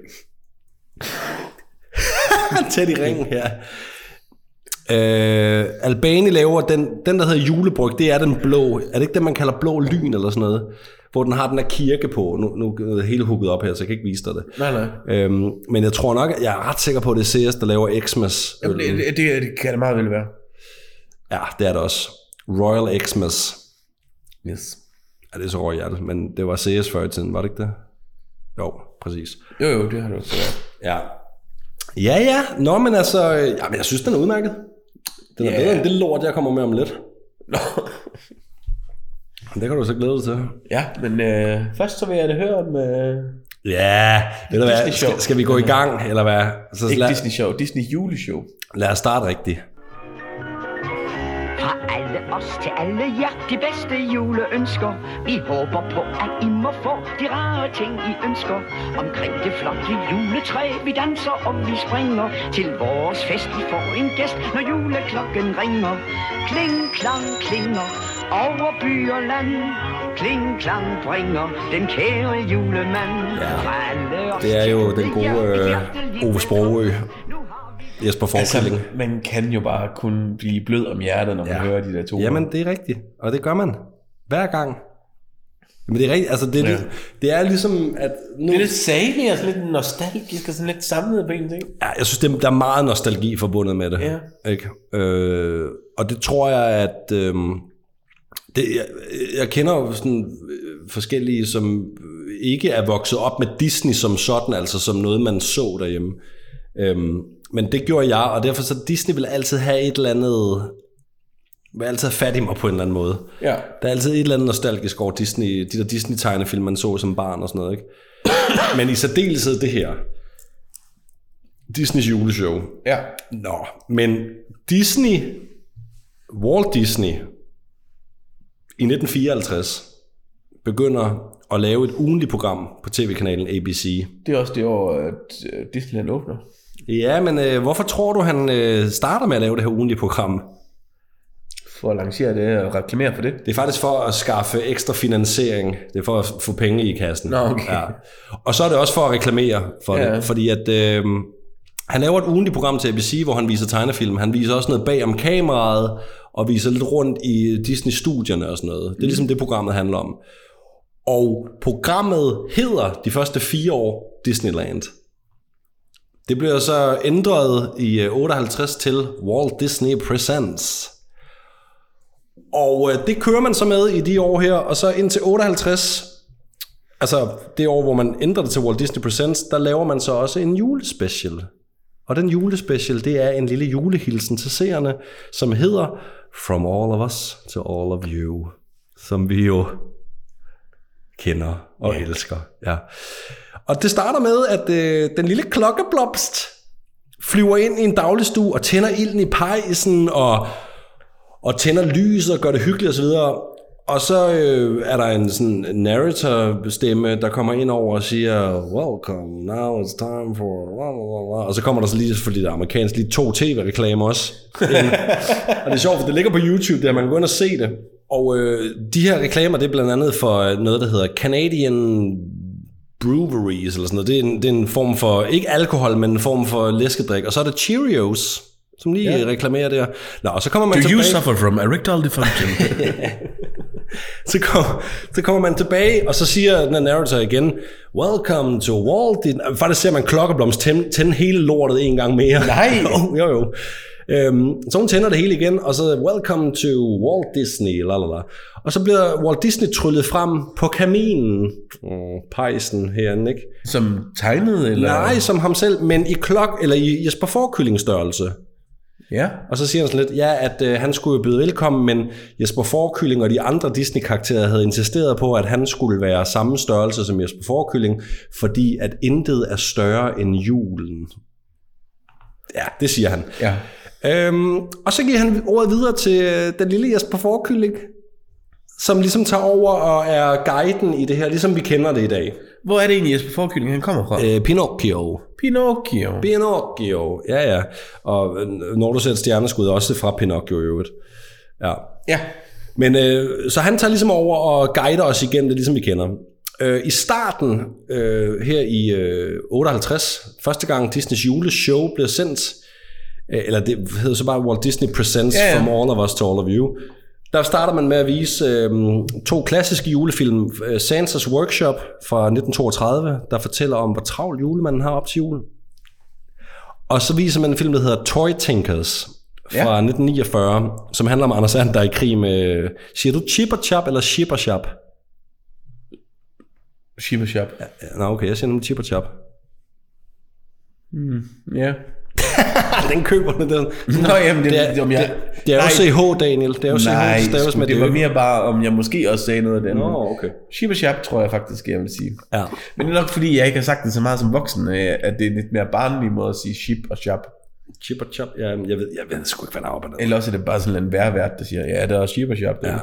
B: (laughs) tæt i ringen her. Øh, Albani laver den, den, der hedder julebryg, det er den blå. Er det ikke den, man kalder blå lyn eller sådan noget? Hvor den har den der kirke på. Nu, nu er det hele hugget op her, så jeg kan ikke vise dig det.
A: Nej, nej.
B: Øhm, men jeg tror nok, jeg er ret sikker på, at det er Sears, der laver Xmas.
A: Jamen, det, det, det, det kan det meget vel være.
B: Ja, det er det også. Royal Xmas.
A: Yes.
B: Ja, det er så over hjertet, men det var CS før i tiden, var det ikke det? Jo, præcis.
A: Jo, jo, det har du også været.
B: Ja. Ja, ja. Nå, men altså, øh, jamen, jeg synes, den er udmærket. Den
A: Ja.
B: er yeah. bedre end det lort, jeg kommer med om lidt. (laughs)
A: Nå.
B: Det kan du så glæde dig til.
A: Ja, men øh, først så vil jeg da høre om... Øh,
B: Ja, ved du hvad,
A: Disney-show.
B: skal, skal vi gå i gang, eller hvad? Så
A: ikke
B: lad,
A: Disney-show, Disney juleshow.
B: lad os starte rigtigt.
C: Fra alle os til alle jer de bedste juleønsker. Vi håber på, at I må få de rare ting, I ønsker. Omkring det flotte juletræ, vi danser og vi springer. Til vores fest, I får en gæst, når juleklokken ringer. Kling, klang, klinger over by og land. Kling, klang, bringer den kære julemand.
B: Ja,
C: Fra alle os
B: det er
C: til
B: jo
C: alle
B: den gode,
C: jer,
B: øh,
C: hjertelig
B: Ove Sprogøe.
C: velkommen. Nu har vi-
B: Jesper
A: Altså,
B: Forkilling.
A: man kan jo bare kun blive blød om hjertet, når man ja. hører de der to.
B: Jamen, det er rigtigt, og det gør man. Hver gang. Men det er rigtigt, altså det, ja. det, det er ligesom, at nu...
A: det er lidt salig og sådan lidt nostalgisk og sådan lidt samlet på en ting.
B: Ja, jeg synes, det, der er meget nostalgi forbundet med det.
A: Ja.
B: Ikke? Øh, og det tror jeg, at... Øh, det, jeg, jeg kender jo sådan øh, forskellige, som ikke er vokset op med Disney som sådan, altså som noget, man så derhjemme. Øhm, men det gjorde jeg, og derfor så Disney vil altid have et eller andet... Vil altid have fat i mig på en eller anden måde.
A: Ja.
B: Der er altid et eller andet nostalgisk over Disney, de der Disney-tegnefilm, man så som barn og sådan noget, ikke? Men i særdeleshed det her. Disneys juleshow.
A: Ja.
B: Nå, men Disney, Walt Disney, i 1954 begynder at lave et ugenligt program på tv-kanalen ABC.
A: Det er også det år, at øh, Disneyland åbner.
B: Ja, men øh, hvorfor tror du, han øh, starter med at lave det her ugenlige program?
A: For at lancere det og reklamere for det.
B: Det er faktisk for at skaffe ekstra finansiering. Det er for at få penge i kassen.
A: Nå, okay.
B: ja. Og så er det også for at reklamere for ja.
A: Ja.
B: det. Fordi at øh, han laver et ugentligt program til ABC, hvor han viser tegnefilm. Han viser også noget bag om kameraet, og viser lidt rundt i Disney-studierne og sådan noget. Det er ligesom det, programmet handler om. Og programmet hedder de første fire år Disneyland. Det bliver så ændret i øh, 58 til Walt Disney Presents. Og øh, det kører man så med i de år her, og så indtil 58, altså det år, hvor man ændrer det til Walt Disney Presents, der laver man så også en julespecial. Og den julespecial, det er en lille julehilsen til seerne, som hedder From All of Us to All of You, som vi jo kender og yeah. elsker. Ja. Og det starter med, at øh, den lille klokkeblomst flyver ind i en dagligstue og tænder ilden i pejsen og, og tænder lys og gør det hyggeligt osv. Og så øh, er der en sådan narrator-stemme, der kommer ind over og siger, Welcome, now it's time for... bla, bla, bla, bla." Og så kommer der så lige selvfølgelig det amerikansk, lige to tv-reklamer også. Og det er sjovt, for det ligger på YouTube, der man kan gå ind og se det. Og øh, de her reklamer, det er blandt andet for øh, noget, der hedder Canadian Breweries, eller sådan noget. Det er en, det er en form for, ikke alkohol, men en form for læskedrik. Og så er der Cheerios, som lige ja. reklamerer der. Nå, og så kommer man tilbage...
E: from erectile dysfunction?
B: så, kom, så kommer man tilbage, og så siger den her narrator igen, Welcome to Walt Disney... Faktisk ser man klokkeblomst tænde, tænde hele lortet en gang mere.
A: Nej.
B: (laughs) jo, jo, jo. Øhm, så hun tænder det hele igen, og så Welcome to Walt Disney, la la la. Og så bliver Walt Disney tryllet frem på kaminen. Mm, pejsen herinde, ikke?
A: (laughs) Som tegnet, eller?
B: Nej, som ham selv, men i klok, eller i Jesper Forkylling størrelse.
A: Ja.
B: Og så siger han sådan lidt, ja, at øh, han skulle jo byde velkommen, men Jesper Forkylling og de andre Disney-karakterer havde insisteret på, at han skulle være samme størrelse som Jesper Forkylling, fordi at intet er større end julen. Ja, det siger han.
A: Ja.
B: Øhm, og så giver han ordet videre til øh, den lille Jesper Forkylling, som ligesom tager over og er guiden i det her, ligesom vi kender det i dag.
A: Hvor er det egentlig Jesper Forkylling, han kommer fra? Øh.
B: Øh, Pinocchio.
A: Pinocchio.
B: Pinocchio, ja ja. Og øh, når du ser et stjerneskud, også fra Pinocchio i øvrigt. Ja.
A: ja.
B: Men øh, så han tager ligesom over og guider os igennem det, ligesom vi kender. Øh, I starten, øh, her i øh, 58, første gang Disneys juleshow blev sendt, øh, eller det hedder så bare Walt Disney Presents
A: Ja,
B: ja,
A: ja.
B: ja. From All of Us to All of You, der starter man med at vise øh, to klassiske julefilm. Øh, Sansa's Workshop fra 1932, der fortæller om, hvor travl julemanden har op til julen. Og så viser man en film, der hedder Toy Tinkers fra
A: Ja.
B: ja. 1949, som handler om Anders And, der er i krig med... Siger du Chipper Chap eller Shipper Chap?
A: Shiba Shop. Ja.
B: Nå, okay, jeg siger nemlig Chip og
A: (laughs)
B: Chop.
A: ja.
B: Ah, den køber den. den.
A: Nå, jamen, det,
B: Det er,
A: det, om jeg,
B: det, det er jo CH, Daniel. Det er jo
A: nej,
B: CH, staves med
A: det var mere bare, om jeg måske også sagde noget af det andet.
B: Nå, okay.
A: Shiba Shop, tror jeg faktisk, jeg vil sige.
B: Ja.
A: Men det er nok, fordi jeg ikke har sagt det så meget som voksen, øh, at det er en lidt mere barnlig måde at sige ship og shop.
B: Chip og Chop. Ja, jeg ved, jeg ved sgu ikke, hvad der er oppe
A: Eller også er det bare sådan en værvært, der siger, ja, der er ship og shop.
B: Ja.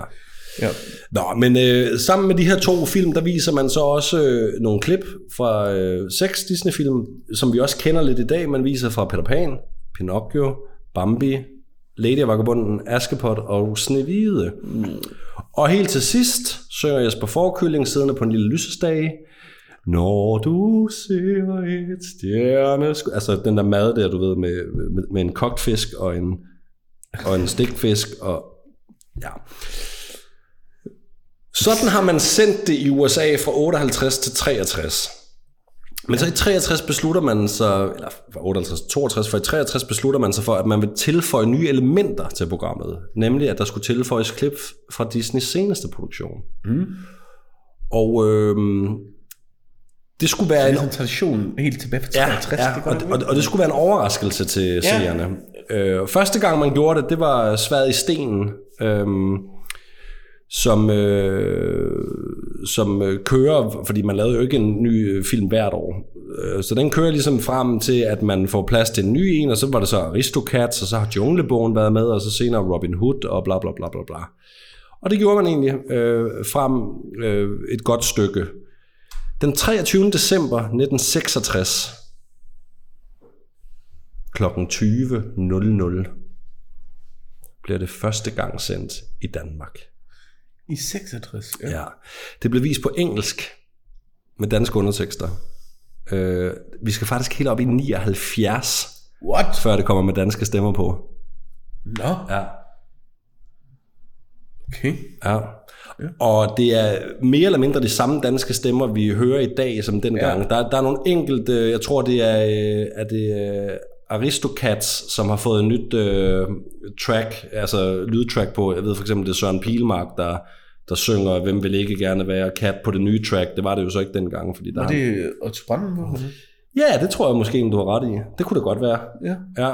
A: ja.
B: Nå, men øh, sammen med de her to film, der viser man så også øh, nogle klip fra øh, seks Disney-film, som vi også kender lidt i dag. Man viser fra Peter Pan, Pinocchio, Bambi, Lady og Vagabunden, Askepot og Snevide. Mm. Og helt til sidst synger Jesper Forkylling siddende på en lille lysestage. Når du ser et stjerneskud... Altså den der mad der, du ved, med, med, med en kogt fisk og en, og en stikfisk og... Ja. Sådan har man sendt det i USA fra 58 til 63. Men så i 63 beslutter man sig, eller fra 58 til 62, for i 63 beslutter man sig for, at man vil tilføje nye elementer til programmet. Nemlig, at der skulle tilføjes klip fra Disneys seneste produktion. Mm. Og øhm, det skulle være
A: Det
B: en
A: er en tradition helt tilbage fra 63.
B: Ja, og, det, og, og det skulle være en overraskelse til ja. seerne. Øh, første gang, man gjorde det, det var Sværet i Stenen, øhm, som, øh, som øh, kører, fordi man lavede jo ikke en ny øh, film hvert år. Øh, Så den kører ligesom frem til, at man får plads til en ny en, og så var det så Aristocats, og så har Junglebogen været med, og så senere Robin Hood, og bla bla bla bla bla. Og det gjorde man egentlig øh, frem øh, et godt stykke. Den 23. december 1966 kl. 20.00 bliver det første gang sendt i Danmark.
A: I 66, ja.
B: Ja. Det blev vist på engelsk med danske undertekster. Øh, vi skal faktisk helt op i 79,
A: What?
B: før det kommer med danske stemmer på.
A: Nå,
B: Ja.
A: okay.
B: Ja. Og det er mere eller mindre de samme danske stemmer, vi hører i dag, som dengang. Ja. Der, der er nogle enkelte, jeg tror det er, øh, er det øh, Aristocats, som har fået en nyt øh, track, altså lydtrack på. Jeg ved for eksempel, det er Søren Pilmark, der, der synger, hvem vil ikke gerne være kat på det nye track. Det var det jo så ikke dengang, fordi der...
A: Og det er Otto Brandenburg.
B: Ja, det tror jeg måske, du har ret i. Det kunne det godt være.
A: Ja.
B: ja.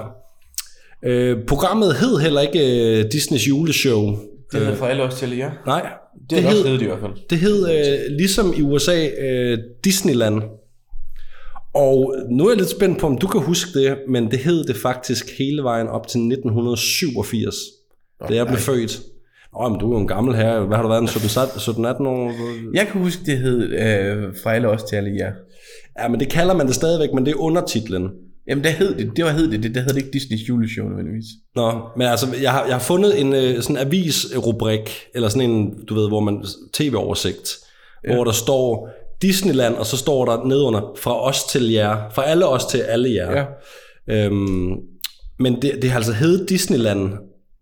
B: Øh, programmet hed heller ikke øh, Disneys juleshow.
A: Det er for alle os til jer.
B: Nej,
A: Det er det også hedder det i hvert fald.
B: det hed øh, ligesom i USA øh, Disneyland. Og nu er jeg lidt spændt på, om du kan huske det, men det hed det faktisk hele vejen op til 1987, da jeg blev født. Åh, men du er jo en gammel herre. Hvad har du været, en 17-18 år?
A: Jeg kan huske, det hed øh, fra alle os til alle jer.
B: Ja, men det kalder man det stadigvæk, men det er undertitlen.
A: Jamen, der hed det. Det var hed det. Det der hed det ikke Disney's juleshow, (laughs) nødvendigvis.
B: Nå, men altså, jeg har, jeg har fundet en øh, sådan avisrubrik, eller sådan en, du ved, hvor man, tv-oversigt, ja. hvor der står Disneyland, og så står der nedenunder, fra os til jer, fra alle os til alle jer.
A: Ja.
B: Øhm, men det, det har altså heddet Disneyland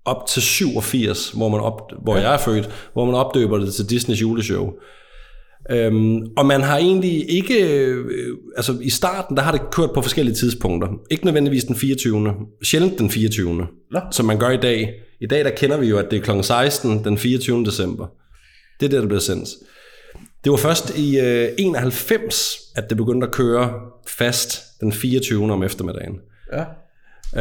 B: op til 87, hvor, man op, hvor ja. jeg er født, hvor man opdøber det til Disneys juleshow. Øhm, og man har egentlig ikke... Øh, altså i starten, der har det kørt på forskellige tidspunkter. Ikke nødvendigvis den 24. Sjældent den 24.
A: Nå.
B: Som man gør i dag. I dag, der kender vi jo, at det er kl. 16 den 24. december. Det er det, der bliver sendt. Det var først i øh, 91, at det begyndte at køre fast den 24. om eftermiddagen.
A: Ja.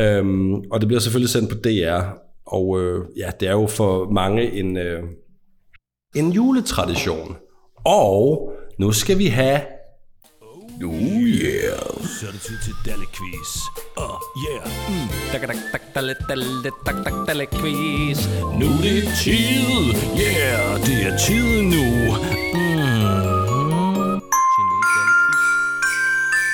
B: Øhm, og det bliver selvfølgelig sendt på DR. Og øh, ja, det er jo for mange en, øh, en juletradition. Og nu skal vi have...
A: Oh yeah.
F: Så er det tid til Dalle-quiz. Oh yeah. Mm. Dak, dak, dak, dalle, dalle, dak, dak, Dalle-quiz. Nu er det tid. Yeah, det er tid nu. Mm. Til en lille Dalle-quiz.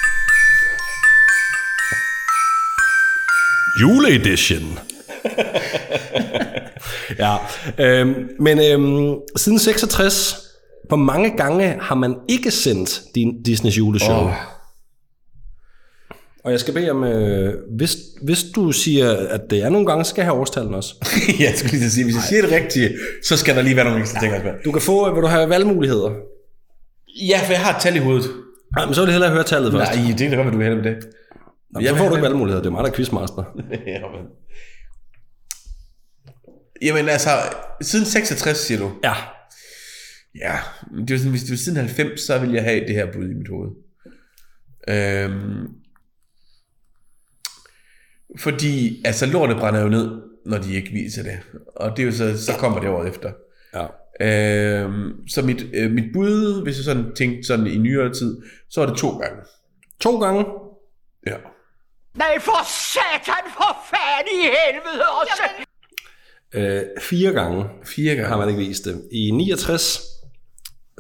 E: Juleedition.
B: (laughs) Ja, øhm, men øhm, siden 66, hvor mange gange har man ikke sendt din Disney's juleshow? Oh. Og jeg skal bede om, øh, hvis, hvis du siger, at det er nogle gange, så skal jeg have årstallene også.
A: jeg skulle lige til at sige, hvis jeg siger det rigtige, så skal der lige være nogle ekstra ting. at spørge.
B: Du kan få, øh, hvor du har valgmuligheder.
A: Ja, for jeg har et tal i hovedet.
B: Ej, men så vil jeg hellere høre tallet først.
A: Nej, det kan da godt, at du er heldig med det. (laughs)
B: Nå, jeg så får du ikke valgmuligheder. Det er mig, der er quizmaster.
A: Jamen. Jamen altså, siden 66, siger du.
B: Ja.
A: Ja, men det var sådan, hvis det var siden 90, så ville jeg have det her bud i mit hoved. Øhm, fordi, altså lortet brænder jo ned, når de ikke viser det. Og det er jo så, så kommer det året efter.
B: Ja.
A: Øhm, så mit, øh, mit bud, hvis jeg sådan tænkte sådan i nyere tid, så er det to gange.
B: To gange.
A: Ja.
C: Nej, for satan, for fanden i helvede også!
B: Øh, fire gange
A: Fire gange.
B: har man ikke vist det. I 69,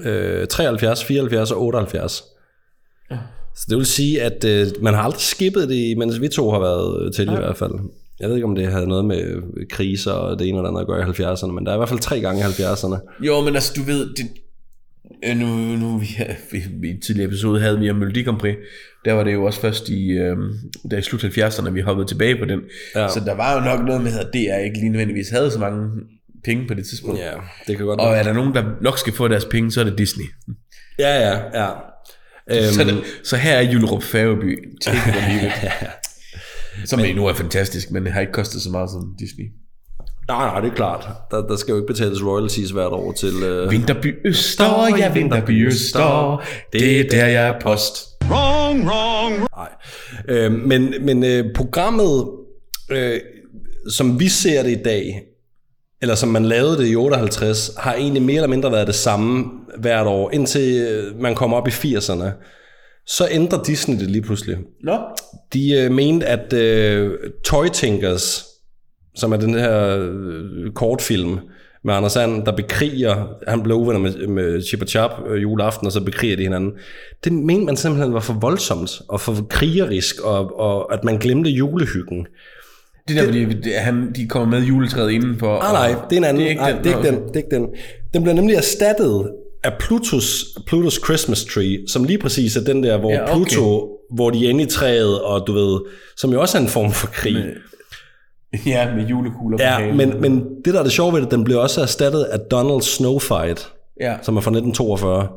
B: øh, 73, 74 og 78. Så det vil sige, at øh, man har aldrig skippet det, mens vi to har været øh, til i hvert fald. Jeg ved ikke, om det havde noget med øh, kriser og det ene eller andet at gøre i 70'erne, men der er i hvert fald tre gange i 70'erne.
A: Jo, men altså, du ved, det, øh, nu, nu vi, vi, vi, i en tidligere episode havde vi om Melodi Grand Prix, der var det jo også først i, øh, der i slut 70'erne, vi hoppede tilbage på den.
B: Ja.
A: Ja. Så der var jo nok noget med, at DR ikke lige nødvendigvis havde så mange penge på det tidspunkt.
B: Ja, det kan godt
A: Og
B: være.
A: er der nogen, der nok skal få deres penge, så er det Disney.
B: Ja, ja, ja. Øhm,
A: Så, er det, så her er Jullerup (laughs) Færøby. Take it or leave
B: (laughs)
A: it. Som men, nu er fantastisk, men det har ikke kostet så meget som Disney.
B: Nej, nej, det er klart. Der, der skal jo ikke betales royalties hvert år til... Øh,
A: Vinterby Øster, ja, Vinterby Øster. Det er der, jeg er post.
D: Wrong, wrong,
B: Nej. Øh, men men øh, programmet, øh, som vi ser det i dag, eller som man lavede det i 58, har egentlig mere eller mindre været det samme hvert år, indtil øh, man kommer op i 80'erne. Så ændrer Disney det lige pludselig.
A: Nå,
B: De øh, mente, at øh, Toy Tinkers, som er den her øh, kortfilm med Anders Sand, der bekriger, han blev uvenner med, med Chip og Chap øh, juleaften, og så bekriger de hinanden. Det mente man simpelthen var for voldsomt, og for krigerisk, og, og at man glemte julehyggen.
A: Det der, fordi det- han, de kommer med juletræet indenfor.
B: Ah, nej, det er en anden.
A: Det er ikke
B: nej,
A: den.
B: Det er ikke
A: Nå,
B: den. Det er ikke den. Den bliver nemlig erstattet af Plutos, Plutos Christmas Tree, som lige præcis er den der, hvor
A: Ja,
B: ja,
A: okay.
B: okay. Pluto, hvor de er inde i træet, og du ved, som jo også er en form for krig. Men,
A: (laughs) Ja, med julekugler på
B: Ja,
A: halen.
B: men, men det, der er det sjove ved det, den blev også erstattet af Donald Snowfight,
A: Ja,
B: som er fra 1942.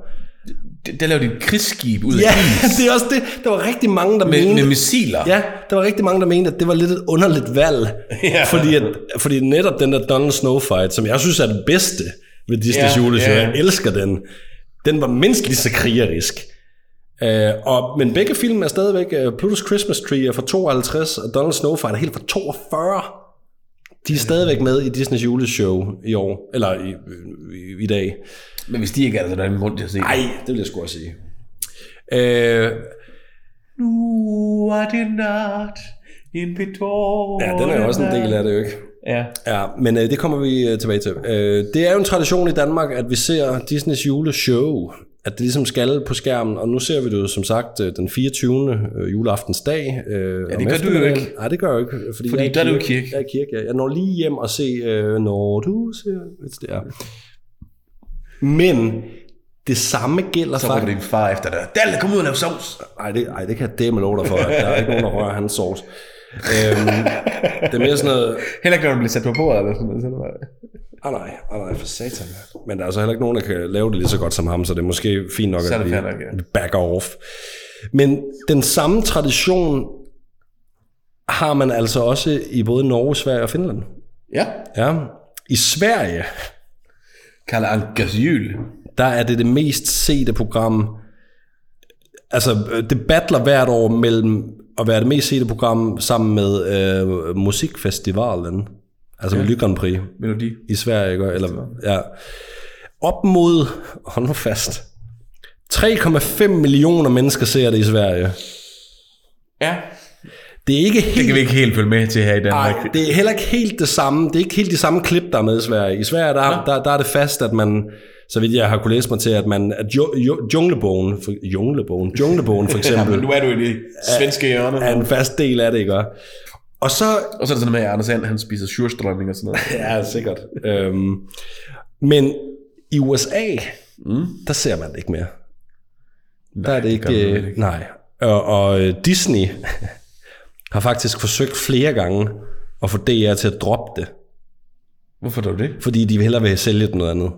A: d- der laver de et krigsskib ud af
B: Ja,
A: is
B: (laughs) det er også det. Der var rigtig mange, der
A: med,
B: mente...
A: med missiler.
B: ja, der var rigtig mange, der mente, at det var lidt et underligt valg. (laughs)
A: Ja.
B: Fordi, at, fordi netop den der Donald Snowfight, som jeg synes er den bedste ved Disney's
A: Ja,
B: ja, juleshow,
A: ja.
B: jeg elsker den, den var mindst lige så krigerisk. Øh, og, men begge film er stadigvæk... Uh, Pluto's Christmas Tree er fra 52, og Donald Snowfight er helt fra 42. De er stadigvæk med i Disney's juleshow i år, eller i, i, i dag.
A: Men hvis de ikke er der, så er der ingen grund til at se det.
B: Nej, det vil jeg sgu også sige. Øh,
A: Nu er det nat, en betor.
B: ja, den er jo også en del af det, jo ikke?
A: Ja.
B: Ja, men øh, det kommer vi øh, tilbage til. Øh, det er jo en tradition i Danmark, at vi ser Disneys juleshow, at det ligesom skal på skærmen, og nu ser vi det jo som sagt øh, den 24. øh, juleaftensdag. Øh, ja,
A: det gør du jo ikke.
B: Nej, det gør jeg jo ikke. Fordi,
A: Fordi
B: jeg
A: der er du i
B: kirke.
A: kirke.
B: Jeg er i kirke, ja. Jeg når lige hjem og se, øh, når du ser... Hvis det er. Men det samme gælder
A: Så
B: faktisk...
A: råber din far efter dig. Dalle, kom ud og lav sovs.
B: Ej, det, ej, det kan jeg dæmme lov dig for. at Der er ikke nogen, der rører hans sovs. Øhm, det er mere sådan noget...
A: Heller ikke, når du bliver sat på bordet eller sådan noget. så er det bare-
B: Ah, nej, ah, nej, for satan. Men der er altså heller ikke nogen, der kan lave det lige så godt som ham, så det er måske fint nok,
A: Så er
B: at
A: det
B: vi,
A: fair nok, ja.
B: vi backer off. Men den samme tradition har man altså også i både Norge, Sverige og Finland.
A: Ja.
B: Ja. I Sverige,
A: Karl Ankers jul.
B: der er det det mest sete program. Altså, øh, det battler hvert år mellem at være det mest sete program sammen med øh, musikfestivalen, altså ja. med Lykkeren Prix
A: Melodi.
B: i Sverige, ikke? Eller, ja. Op mod, hold nu fast, 3,5 millioner mennesker ser det i Sverige.
A: Ja.
B: Det er ikke
A: Det
B: helt
A: kan vi ikke helt følge med til her i Danmark.
B: Nej, det er heller ikke helt det samme. Det er ikke helt de samme klip, der er med i Sverige. I Sverige, der, der, der er det fast, at man, så vidt jeg har kunne læse mig til, at man, at jo, jo, junglebogen, for, junglebogen, junglebogen
A: (laughs)
B: for
A: Ja, men
B: eksempel,
A: nu er du i det svenske hjørne.
B: er en fast del af det, ikke? Og så,
A: Og så er det sådan med, at Anders And, han spiser surstrømning og sådan noget.
B: ja, sikkert. Øhm, men i USA, mm. der ser man det ikke mere. Der er det ikke...
A: gør man
B: øh, Nej. Og, og øh, Disney (laughs) har faktisk forsøgt flere gange at få DR til at droppe det.
A: Hvorfor dog det?
B: fordi de hellere vil sælge den noget andet.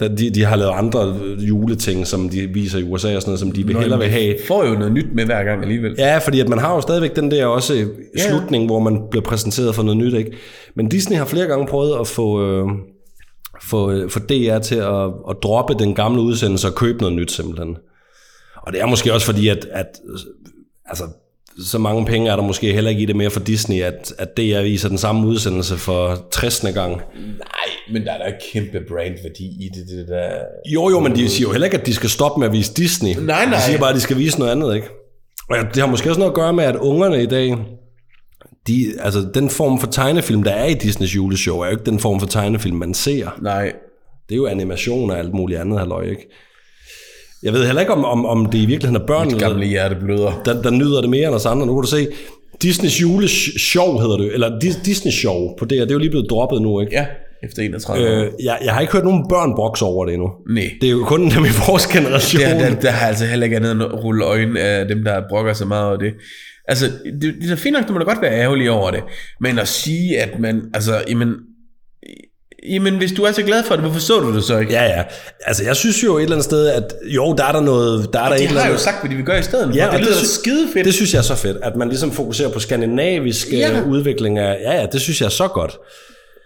B: Da De, de har lavet andre juleting, som de viser i USA og sådan noget, som de vil hellere vil have.
A: Får jo noget nyt med hver gang alligevel.
B: Ja, fordi at man har jo stadigvæk den der også øh,
A: ja.
B: slutning, hvor man bliver præsenteret for noget nyt, ikke? Men Disney har flere gange prøvet at få, øh, få, øh, få DR til at, at droppe den gamle udsendelse og købe noget nyt simpelthen. Og det er måske også fordi, at, at øh, altså, så mange penge er der måske heller ikke i det mere for Disney, at, at DR viser den samme udsendelse for 60. gang.
A: Nej, men der er da kæmpe brandværdi i det, det der...
B: Jo, jo, men de siger jo heller ikke, at de skal stoppe med at vise Disney.
A: Nej, nej.
B: De siger bare, at de skal vise noget andet, ikke? Og ja, det har måske også noget at gøre med, at ungerne i dag, de, altså den form for tegnefilm, der er i Disneys juleshow, er jo ikke den form for tegnefilm, man ser.
A: Nej.
B: Det er jo animation og alt muligt andet, halløj, ikke? Jeg ved heller ikke, om, om, om det i virkeligheden er børnene,
A: Gamle hjerte bløder.
B: der, der nyder det mere end os andre. Nu kan du se, Disneys juleshow hedder det, eller Dis- Disney Show på DR, det er jo lige blevet droppet nu, ikke?
A: Ja, efter 31 øh,
B: Øh, jeg, jeg har ikke hørt nogen børn brokse over det endnu.
A: Nej.
B: Det er jo kun dem i vores generation.
A: Der, der, der har altså heller ikke andet end at rulle øjnene af dem, der brokker sig meget over det. Altså, det, det er da fint nok, du må da godt være ærgerlig over det. Men at sige, at man... Altså, jamen, jamen, hvis du er så glad for det, hvorfor så du det så ikke?
B: Ja, ja. Altså, jeg synes jo et eller andet sted, at jo, der er der noget... Der er der et
A: de
B: eller
A: har jo
B: andet,
A: sagt, hvad de vil gøre i stedet.
B: Ja,
A: Ja,
B: og
A: det
B: det
A: lyder det,
B: sy-
A: skide fedt.
B: Det synes jeg er så fedt, at man ligesom fokuserer på skandinavisk ja.
A: Ja.
B: udvikling af... Ja, ja, det synes jeg er så godt.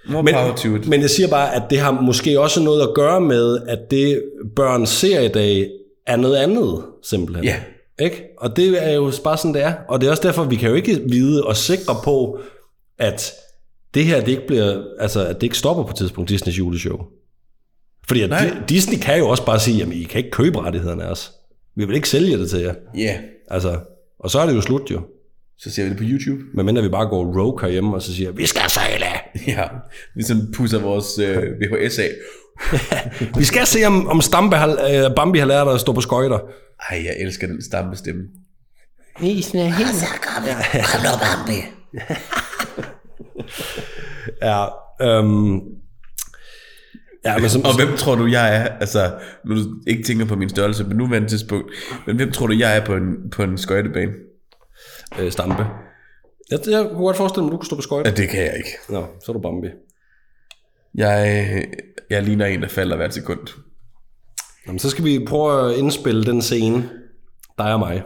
A: More
B: Men,
A: power to it.
B: men jeg siger bare, at det har måske også noget at gøre med, at det børn ser i dag er noget andet, simpelthen.
A: Ja.
B: Ikke? Og det er jo bare sådan, det er. Og det er også derfor, vi kan jo ikke vide og sikre på, at det her, det ikke bliver, altså, at det ikke stopper på et tidspunkt, Disneys juleshow. Fordi at
A: Nej.
B: Di- Disney kan jo også bare sige, jamen, I kan ikke købe rettighederne af os. Vi vil ikke sælge det til jer.
A: Ja,
B: Altså, og så er det jo slut jo.
A: så ser vi det på YouTube.
B: Medmindre vi bare går rogue herhjemme og så siger, vi skal sejle!
A: Ja, vi sådan pusser vores øh, VHS af.
B: Vi skal se, om, om Stampe har, øh, Bambi har lært at stå på skøjter.
A: Ej, jeg elsker den stampestemme.
B: Ja, øhm, ja men som,
A: Og hvem tror du, jeg er? Altså, nu du ikke tænker på min størrelse på nuværende tidspunkt, men hvem tror du, jeg er på en, på en skøjtebane?
B: øh, Stampe. Jeg, jeg kunne godt forestille mig, at du kunne stå på
A: Ja,
B: skøjter.
A: det kan jeg ikke.
B: Nå, så er du Bambi.
A: Jeg, jeg ligner en, der falder hvert sekund.
B: Jamen, så skal vi prøve at indspille den scene. Dig og mig.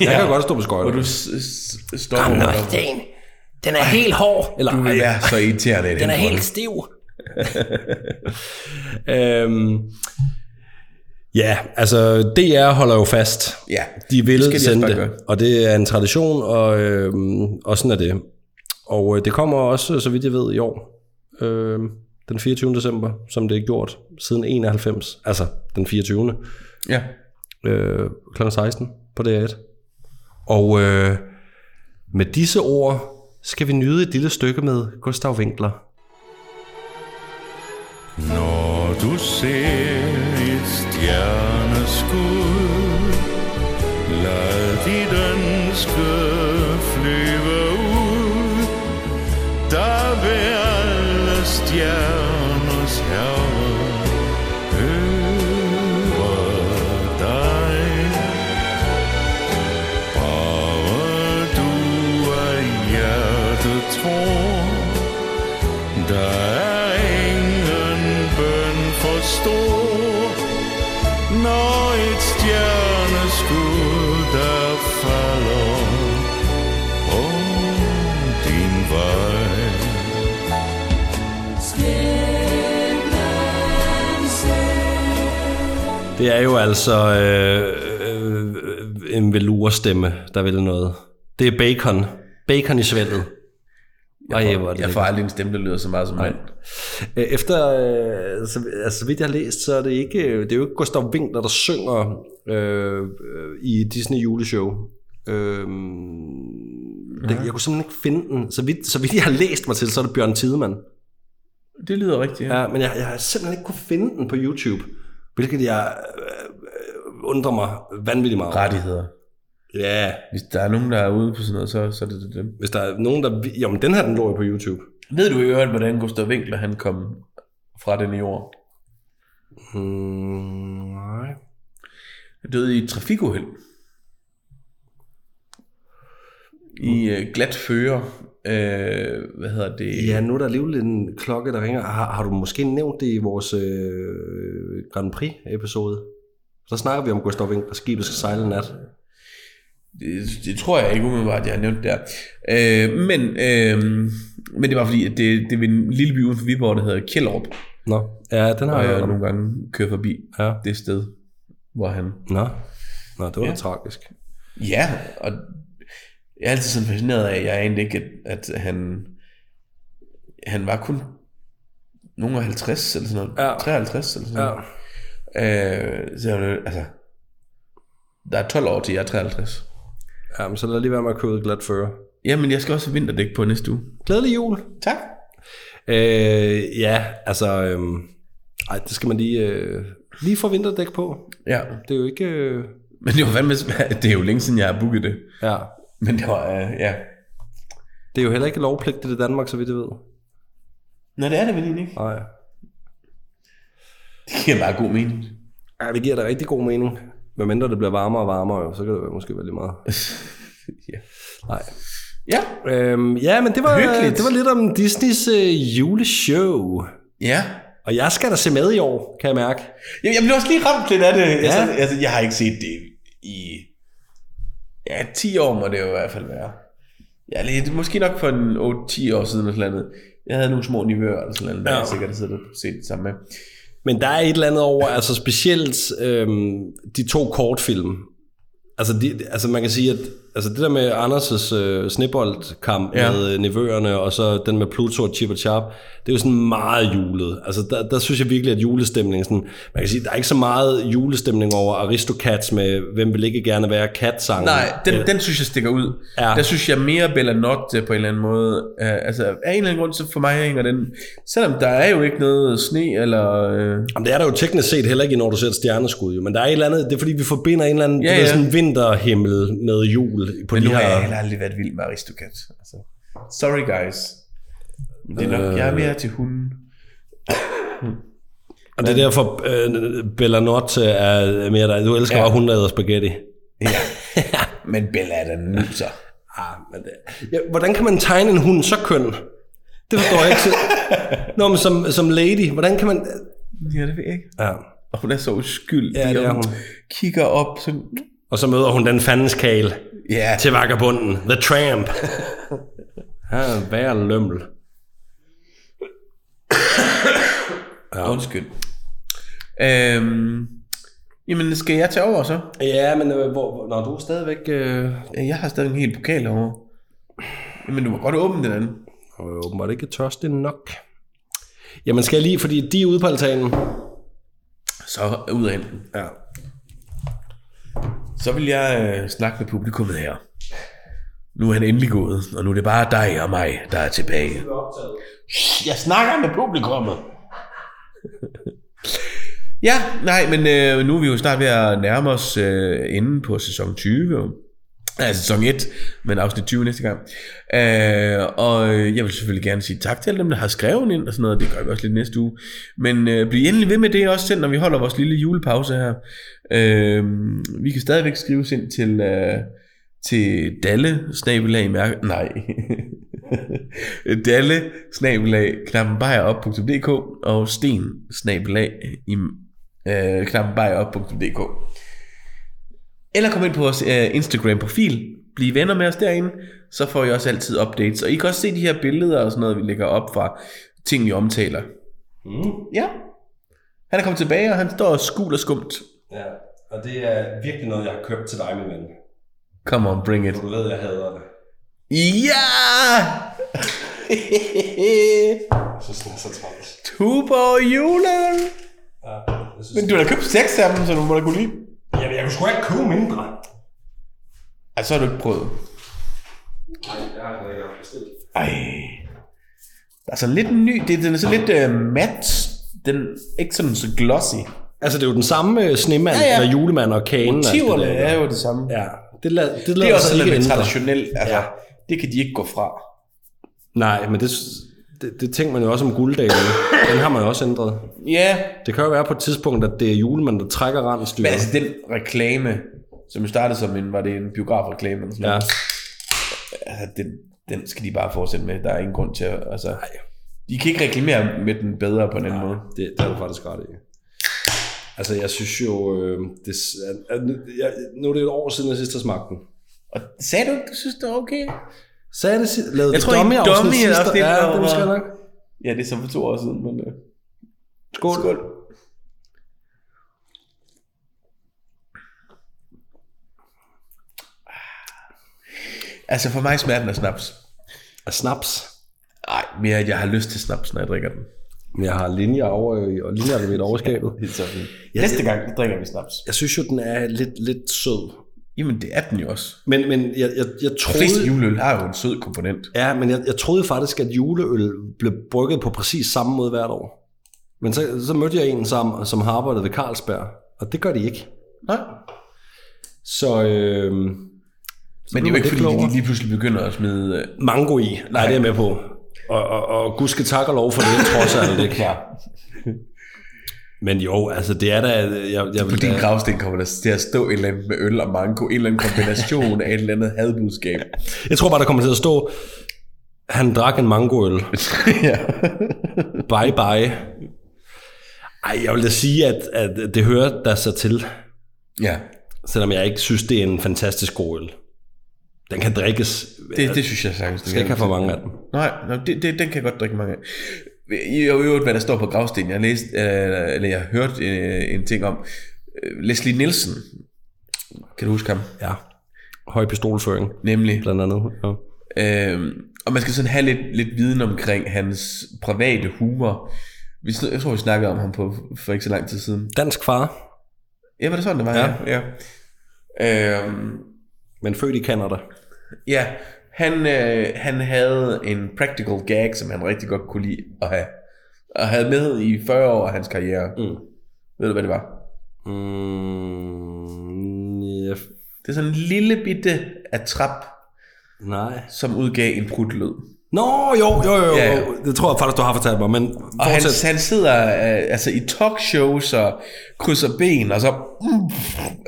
B: Jeg kan godt stå på skøjter.
A: Og du s- s- står Kom, nej,
G: Den, den er helt hård. Eller,
A: Du vil være så irriterende. Den er helt...
G: stiv.
B: (laughs) Øhm, ja, altså DR holder jo fast.
A: Ja,
B: De vil
A: det skal de også
B: sende
A: bare
B: det,
A: gøre.
B: og det er en tradition, og, øhm, og sådan er det. Og øh, det kommer også, så vidt jeg ved, i år, øh, den 24. december, som det er gjort siden 91, altså den 24.
A: Ja.
B: Øh, kl. 16 på DR1. Og øh, med disse ord skal vi nyde et lille stykke med Gustav Winkler.
E: Når du ser et stjerneskud, lad dit ønske flyve ud. Der vil alle stjerners herre høre dig. Bare du af hjertet tror, der er ingen bøn for stor, når et stjerneskud der falder på din vej.
B: Det er jo altså øh, øh, en velurstemme, der vil noget. Det er bacon. Bacon i svældet. Ej, hvor er det
A: Jeg får aldrig en stemme, der lyder så meget som mand.
B: Øh, Efter, øh, så, altså, så vidt jeg har læst, så er det ikke, øh, det er jo ikke Gustav Winkler, der synger øh, øh, i Disney juleshow. Øh, det, jeg kunne simpelthen ikke finde den. Så vidt, så vidt jeg har læst mig til, så er det Bjørn Tidemann.
A: Det lyder rigtigt. Ja.
B: Ja, men jeg, jeg har simpelthen ikke kunne finde den på YouTube, hvilket jeg øh, øh, undrer mig vanvittigt meget. over.
A: Rettigheder.
B: Ja,
A: Hvis der er nogen, der er ude på sådan noget, så, så er det det dem.
B: hvis der er nogen, der... vi- Jo, men den her, den lå jo på YouTube.
A: Ved du i øvrigt, hvordan Gustav Winkler han kom fra den jord?
B: Hmm, nej.
A: Han døde i et trafikuheld.
B: Mm.
A: I øh, glat fører. Øh, hvad hedder det?
B: Ja, nu er der alligevel en klokke, der ringer. Har, har du måske nævnt det i vores øh, Grand Prix-episode? Så snakker vi om Gustav Winkler, skibet skal sejle i nat.
A: Det, det tror jeg ikke umiddelbart, jeg har nævnt der. Øh, men, øh, men det var fordi, at det, det er ved en lille by uden for Viborg, der hedder Kjellerup.
B: Nå, ja, den har
A: Og
B: jeg
A: jeg
B: hørt om.
A: nogle gange kører forbi
B: Ja.
A: det sted, hvor han...
B: Nå. Nå, det var ja. Mm. tragisk.
A: Ja, og jeg er altid sådan fascineret af, jeg egentlig ikke, at, at han, han var kun nogen af 50 eller sådan noget,
B: Ja.
A: 53 eller sådan
B: Ja.
A: noget. Øh, så jeg, var jo- altså, der er 12 år til jeg er 53.
B: ja, men så lad lige være med at købe et glat føre.
A: Jamen, jeg skal også have vinterdæk på næste uge.
B: Glædelig jul.
A: Tak.
B: Øh, ja, altså... Øhm, ej, det skal man lige, øh, lige få vinterdæk på.
A: Ja,
B: Det er jo ikke... Øh,
A: men det var fandme svært. Det er jo længe siden, jeg har booket det.
B: ja,
A: Men det var, øh, ja.
B: det er jo heller ikke lovpligtigt i Danmark, så vidt jeg ved.
A: Nå, det er det vel egentlig ikke.
B: Nej.
A: Det giver bare god mening.
B: Ja, det giver da rigtig god mening. Hvad mindre det bliver varmere og varmere, jo, så kan det være, måske være lige meget.
A: (laughs) ja.
B: Nej.
A: Ja.
B: Øhm, ja, men det var,
A: Hyggeligt.
B: det var lidt om Disneys øh, juleshow.
A: Ja.
B: Og jeg skal da se med i år, kan jeg mærke.
A: Jeg, jeg blev også lige ramt lidt af det. Ja. Altså,
B: Ja.
A: altså, jeg har ikke set det i... Ja, 10 år må det jo i hvert fald være. Ja, lidt, måske nok for en 8-10 år siden eller sådan noget. Jeg havde nogle små nivåer eller sådan noget, ja.
B: Ja.
A: jeg sikkert har siddet og set det samme med.
B: Men der er et eller andet over, altså specielt øhm, de to kortfilm. Altså, de, altså man kan sige, at altså det der med Anders' øh, sneboldkamp
A: Ja.
B: ja. med øh, nevøerne, og så den med Pluto og Chip og Chap, det er jo sådan meget julet. Altså der, der synes jeg virkelig, at julestemningen sådan, man kan sige, der er ikke så meget julestemning over Aristocats med, hvem vil ikke gerne være kat-sangen. Øh,
A: Nej, den, den synes jeg stikker ud. Ja.
B: Ja.
A: Der synes jeg mere Bella Notte øh, på en eller anden måde. Uh, altså, af en eller anden grund, så for mig hænger den... Selvom der er jo ikke noget sne, eller... Uh,
B: Jamen, det er der jo teknisk set heller ikke, når du ser et stjerneskud. Jo. Men der er et eller andet, det er fordi, vi forbinder en eller anden
A: Ja,
B: ja, ja.
A: ja.
B: Sådan vinterhimmel med jul på
A: men
B: de
A: nu har
B: her...
A: jeg heller aldrig været vild med Aristocat. Altså, sorry guys. Men det er nok, jeg er mere til hunden.
B: Og det er derfor, øh, Bellanotte er mere dig. Du elsker
A: Ja.
B: ja. bare, hun lader spaghetti.
A: Ja. men Bella er da en nuser.
B: Ah, men det... ja, hvordan kan man tegne en hund så køn? Det forstår jeg ikke. (laughs) Så... Nå, men som, som lady, hvordan kan man...
A: Ja, det ved jeg ikke.
B: Ja.
A: Og hun er så uskyldig,
B: Ja, det er
A: og
B: hun.
A: kigger op. Så...
B: Og så møder hun den fandens kale
A: Ja,
B: til vagabunden, The (laughs) Tramp. Ja, vær lømmel.
A: ja. undskyld. Øhm, jamen, skal jeg tage over så?
B: Ja, men øh, hvor, når du er stadigvæk... Øh...
A: Jeg har stadig en hel pokal over. Jamen, du må godt åbne den anden.
B: Og jeg er åbenbart ikke tørstig nok. Jamen skal jeg lige, fordi de er ude på altanen.
A: Så ud af den.
B: Ja.
A: Så vil jeg øh, snakke med publikummet her. Nu er han endelig gået, og nu er det bare dig og mig, der er tilbage. Shh, Jeg snakker med publikummet. ja, nej, men øh, nu er vi jo snart ved at nærme os øh, enden på sæson 20. jo. Altså sæson 1, men afsnit 20 næste gang. Øh, og øh, jeg vil selvfølgelig gerne sige tak til alle dem, der har skrevet ind og sådan noget. Det gør vi også lidt næste uge. Men øh, bliv endelig ved med det også selv, når vi holder vores lille julepause her. Øh, vi kan stadigvæk skrives ind til... Øh, til dalle snabelag mærke, nej, (laughs) dalle snabelag knappenbejerop.dk og sten snabelag i øh, knappenbejerop.dk eller kom ind på vores øh, Instagram-profil, bliv venner med os derinde, så får I også altid updates, og I kan også se de her billeder og sådan noget, vi lægger op fra ting, vi omtaler. Mm. Ja. Han er kommet tilbage, og han står og skuler skumt.
B: ja. Og det er virkelig noget, jeg har købt til dig, min ven.
A: Come on, bring it.
B: Du ved, jeg hader det.
A: (laughs) Ja!
B: Jeg synes, det er så træls.
A: Tuborg julen.
B: Ja, jeg, synes,
A: Men du har da købt seks af dem, så du må da kunne lide.
B: jeg, jeg kunne sgu ikke købe mindre.
A: Ej, så har du ikke prøvet.
B: Nej, jeg har ikke bestilt.
A: Ej. Der er sådan lidt en ny, det, den er så lidt øh, mat. Den er ikke sådan så glossy.
B: Altså, det er jo den samme øh, snemand,
A: Ja,
B: ja,
A: ja.
B: ja. eller julemand og kagen. og alt det
A: Motiverne
B: der.
A: er jo det samme. Ja.
B: Ja, det, lad, det,
A: Det
B: lader
A: er
B: sig
A: også
B: ikke
A: lidt
B: ændre.
A: traditionelt. Altså, ja.
B: Ja.
A: Det kan de ikke gå fra.
B: Nej, men det, det, det tænker man jo også om gulddagen. Den har man jo også ændret.
A: Ja,
B: Det kan jo være på et tidspunkt, at det er julemanden, der trækker
A: men
B: randstyret.
A: altså den reklame, som jo startede som en, var det en biografreklame eller sådan
B: Ja.
A: noget. altså, den, den skal de bare fortsætte med. Der er ingen grund til at... Altså, de kan ikke reklamere med den bedre på en anden måde.
B: Det, det er du faktisk ret i. Altså, jeg synes jo... Øh, det, er, er- nu- jeg, nu er det et år siden, jeg sidst har smagt den.
A: Og sagde du ikke, du synes, det var okay?
B: Sagde det, si-
A: Jeg
B: lavede det
A: tror ikke,
B: dummy afsnit
A: dummy
B: sidste?
A: afsnit
B: Ja,
A: var-
B: det er måske nok.
A: Ja, det er så for to år siden, men... Øh,
B: Skål.
A: skål. Altså for mig smager den af snaps.
B: Og snaps.
A: Nej, mere at jeg har lyst til snaps, når jeg drikker den.
B: Men Jeg har linjer over, i- og linjer
A: (laughs)
B: er ved overskabet.
A: Ja, Næste gang drikker vi snaps.
B: Jeg synes jo, den er lidt, lidt sød.
A: Jamen, det er den jo også.
B: Men, men jeg, jeg, jeg
A: De fleste
B: troede...
A: juleøl har jo en sød komponent.
B: Ja, men jeg, jeg troede faktisk, at juleøl blev brygget på præcis samme måde hvert år. Men så, så mødte jeg en, som, som har arbejdet ved Carlsberg, og det gør de ikke.
A: Nej.
B: Så, øh,
A: Men det er jo ikke,
B: lidt
A: fordi
B: klogere.
A: de lige pludselig begynder at smide... Øh,
B: mango i, nej, det er jeg med på. Og, og, og gud skal takke og lov for det, trods alt ikke.
A: ja.
B: Men jo, altså det er da... Jeg, jeg
A: På
B: vil
A: din
B: da-
A: gravsten kommer der til at stå et eller andet med øl og mango, en eller anden kombination af et eller andet hadbudskab.
B: Jeg tror bare, der kommer til at stå, han drak en mangoøl.
A: (laughs) ja.
B: Bye bye. Ej, jeg vil da sige, at, at det hører der sig til,
A: ja.
B: selvom jeg ikke synes, det er en fantastisk god øl. Den kan drikkes.
A: Det, det synes jeg sagtens. Du
B: skal ikke have for mange af dem.
A: Nej, nej det, det, den kan jeg godt drikke mange af. I i øvrigt, hvad der står på gravstenen, jeg læste, øh, eller jeg hørte øh, en ting om, øh, Leslie Nielsen, kan du huske ham?
B: Ja. Høj pistolføring,
A: Nemlig.
B: blandt andet. Ja.
A: Øh, og man skal sådan have lidt, lidt viden omkring hans private humor. Vi, sn- jeg tror, vi snakkede om ham på, for ikke så lang tid siden.
B: Dansk far,
A: Ja, var det sådan, det var?
B: Ja.
A: ja. ja. Øhm,
B: men født i Kanada.
A: Ja, han, øh, han havde en practical gag, som han rigtig godt kunne lide at have. Og havde med i 40 år af hans karriere. Mm. Ved du, hvad det var?
B: Mm, ja,
A: Det er sådan en lille bitte attrap,
B: nej.
A: som udgav en prutlyd.
B: Nå, jo, jo, jo, jo.
A: Ja, ja.
B: Det tror jeg faktisk, du har fortalt mig, men
A: Og han,
B: fortsæt.
A: han sidder øh, altså i talkshows og krydser ben, og så, mm,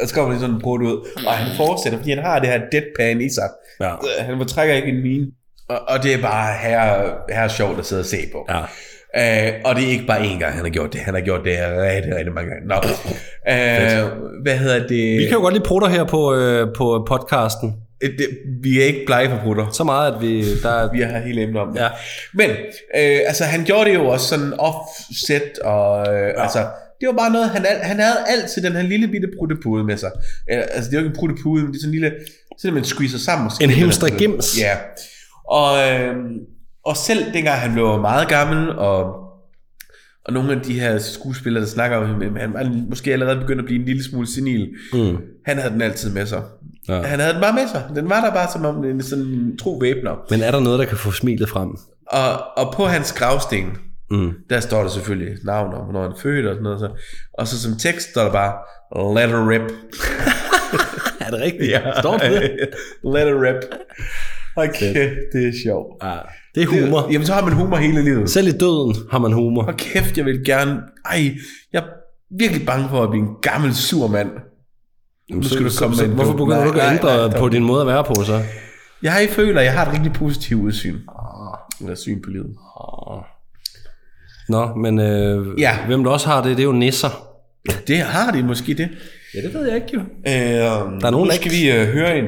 A: og så kommer det sådan en brud ud. Og han fortsætter, fordi han har det her deadpan i sig.
B: Ja.
A: Øh, Han trækker ikke en mine. Og, og det er bare her, her sjovt at sidde og se på.
B: Ja.
A: Øh, og det er ikke bare én gang, han har gjort det. Han har gjort det rigtig, rigtig mange gange. Nå. Øh, hvad hedder det?
B: Vi kan jo godt lide prutter her på, øh, på podcasten.
A: det? Vi er ikke blege for brutter.
B: Så meget, at vi... Der er,
A: Vi har hele emnet om det.
B: Ja.
A: Men, øh, altså han gjorde det jo også sådan offset, og øh, ja. altså, det var bare noget, han, al- han havde altid den her lille bitte pruttepude med sig. Øh, altså det er jo ikke en pruttepude, men det er sådan en lille, sådan at man squeezer sammen. og så
B: En
A: klipper den
B: hamster
A: sådan.
B: gims.
A: Ja. Og, øh, og selv dengang han blev meget gammel, og og nogle af de her skuespillere, der snakker om ham, han var måske allerede begyndt at blive en lille smule senil. Mm. Han havde den altid med sig.
B: Ja.
A: Ja. Han havde den bare med sig. Den var der bare som om en sådan en tro væbner.
B: men er der noget, der kan få smilet frem?
A: Og, og på hans gravsten,
B: Mm.
A: der står der selvfølgelig navn og hvornår han er født og sådan noget. Så. Og så som tekst står der bare, let her rip.
B: Er det rigtigt? Står der det?
A: (laughs) let her rip. Hold kæft, det er sjovt.
B: Ja, det er humor.
A: Det, jamen, så har man humor hele livet.
B: Selv i døden har man humor.
A: Hold kæft, jeg vil gerne... Ej, jeg er virkelig bange for at blive en gammel sur mand. Nu skal du komme med en
B: Hvorfor
A: joke.
B: begynder du ikke at
A: Nej,
B: ændre
A: nej, nej,
B: på din måde at være på, så?
A: Jeg føler, jeg har et rigtig positivt udsyn.
B: Ah.
A: Eller syn på livet.
B: Nå, men øh, ja.
A: Ja.
B: hvem der også har det, det er jo nisser.
A: Det har de måske det.
B: Ja, det ved jeg ikke jo.
A: Øh, der
B: er nogen,
A: nu
B: der
A: skal
B: ikke-
A: vi øh, høre en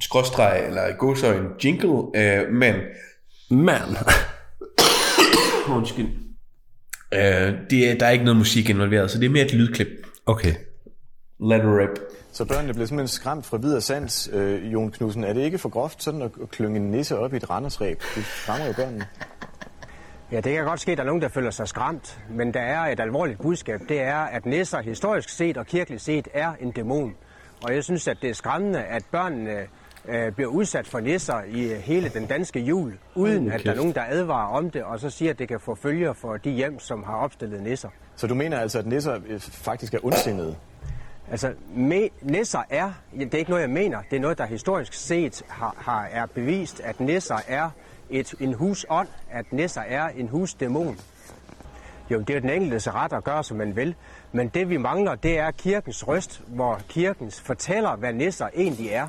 A: skråstreg, eller gå så en jingle, øh, men
B: Man. (laughs)
A: undskyld. Øh, det, er- der er ikke noget musik involveret, så det er mere et lydklip.
B: Okay.
A: Let it rip.
H: Så børnene bliver simpelthen skræmt fra videre sans, øh, Jon Knudsen. Er det ikke for groft sådan at at klynge en nisse op i et rendersræb? Det skræmmer jo børnene.
I: Ja, det kan godt ske, at der er nogen, der føler sig skræmt, men der er et alvorligt budskab. Det er, at næsser historisk set og kirkeligt set er en dæmon. Og jeg synes, at det er skræmmende, at børnene øh, bliver udsat for næsser i øh, hele den danske jul, uden at der er nogen, der advarer om det, og så siger, at det kan få følger for de hjem, som har opstillet næsser.
H: Så du mener altså, at nisser øh, faktisk er ondsindede?
I: Altså, me- nisser er, ja, det er ikke noget, jeg mener, det er noget, der historisk set har, har, er bevist, at nisser er et, en husånd, at nisser er en husdæmon. Jo, det er jo den enkeltes ret at gøre, som man vil, men det vi mangler, det er kirkens røst, hvor kirken fortæller, hvad nisser egentlig er.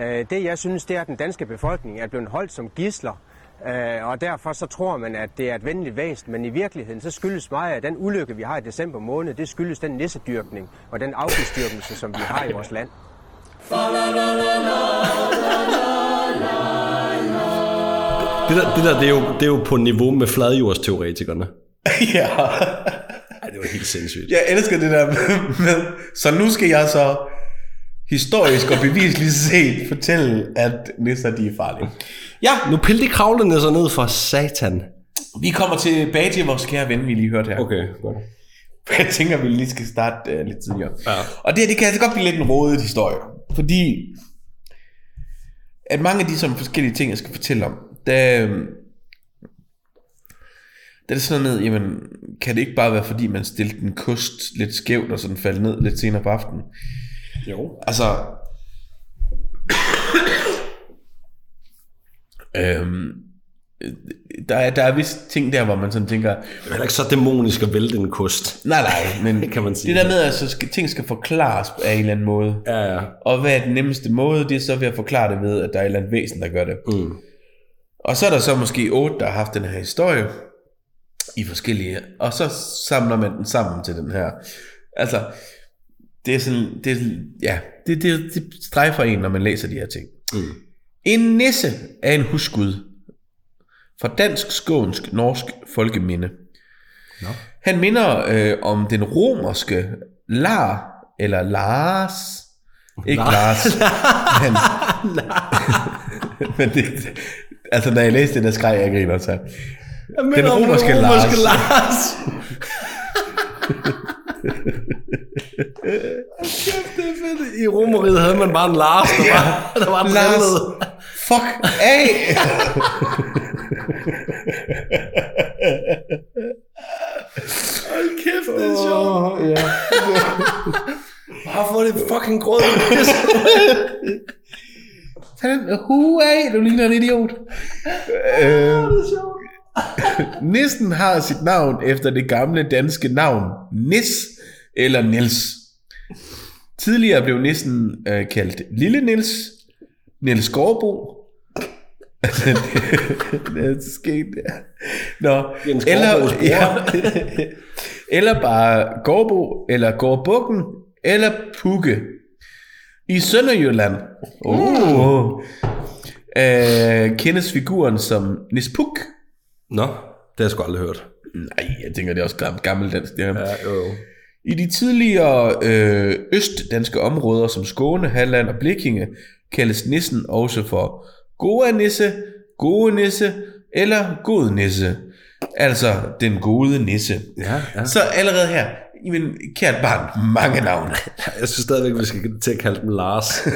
I: Øh, Det jeg synes, det er, at den danske befolkning er blevet holdt som gisler, øh, og derfor så tror man, at det er et venligt væsen, men i virkeligheden så skyldes meget af den ulykke, vi har i december måned, det skyldes den nissedyrkning og den afgiftsdyrkelse, som vi har i vores land.
B: Det der, det der det er, jo, det er jo på niveau med fladjordsteoretikerne.
A: (laughs) ja.
B: Ej, det var helt sindssygt.
A: Jeg elsker det der med, med, så nu skal jeg så historisk og bevisligt set fortælle, at nisser de er farlige. Ja,
B: Nu pille de kravlene så ned for satan.
A: vi kommer tilbage til vores kære ven, vi lige hørte her.
B: Okay, godt.
A: Jeg tænker, vi lige skal starte uh, lidt tidligere. Ja. Og det her, det kan altså godt blive lidt en rodet historie. Fordi, at mange af de som forskellige ting, jeg skal fortælle om, der, øhm, der er det sådan noget, jamen, kan det ikke bare være, fordi man stillede en kost lidt skævt, og sådan faldt ned lidt senere på aftenen?
B: Jo.
A: Altså... øhm, der, er, der er vist ting der, hvor man sådan tænker,
B: Det er heller ikke så dæmonisk at vælte en kost.
A: Nej, nej, men
B: Det kan man sige.
A: det der med, at så skal, ting skal forklares af en eller anden måde.
B: Ja, ja.
A: Og hvad er den nemmeste måde? Det er så ved at forklare det ved, at der er et eller andet væsen, der gør det. Mm. Og så er der så måske otte, der har haft den her historie i forskellige, og så samler man den sammen til den her. Altså, det er sådan, det er, ja, det, det, det strejfer en, når man læser de her ting. Mm. En nisse er en husgud fra dansk, skånsk, norsk folkeminde. Han minder øh, om den romerske Lar, eller Lars, ikke
B: Lar. (laughs)
A: Lars, men, men det, altså når jeg læste det, der skreg jeg griner så. Den romerske, Lars.
B: Lars. Kæft, det er fedt. I romeriet havde man bare en Lars, der var, der var drillet.
A: Lars, fuck af!
B: Kæft, det er sjovt. Oh, ja. bare få det fucking grød. Pis.
A: Tag den hue af, du ligner en idiot. Øh, Nissen har sit navn efter det gamle danske navn Nis eller Nils. Tidligere blev Nissen øh, kaldt Lille Nils, Nils Gårdbo. Altså, det, (laughs) det er sket der. Nå,
B: Jens
A: eller,
B: Gaardbos bror.
A: ja, eller bare Gårdbo, eller Gårdbukken, eller Pukke. I Sønderjylland
B: Mm.
A: oh. øh, kendes figuren som Nis Puk.
B: Nå, det har jeg sgu aldrig hørt.
A: Nej, jeg tænker, det er også gam- gammeldansk. Det her. Ja.
B: jo, jo.
A: I de tidligere øh, østdanske områder som Skåne, Halland og Blikkinge kaldes nissen også for Goa Nisse, Gode Nisse eller God Nisse. Altså den gode nisse.
B: Ja, ja.
A: Så allerede her, jamen, kært barn, mange navne.
B: Jeg synes stadigvæk, vi skal til at kalde dem (laughs) Lars.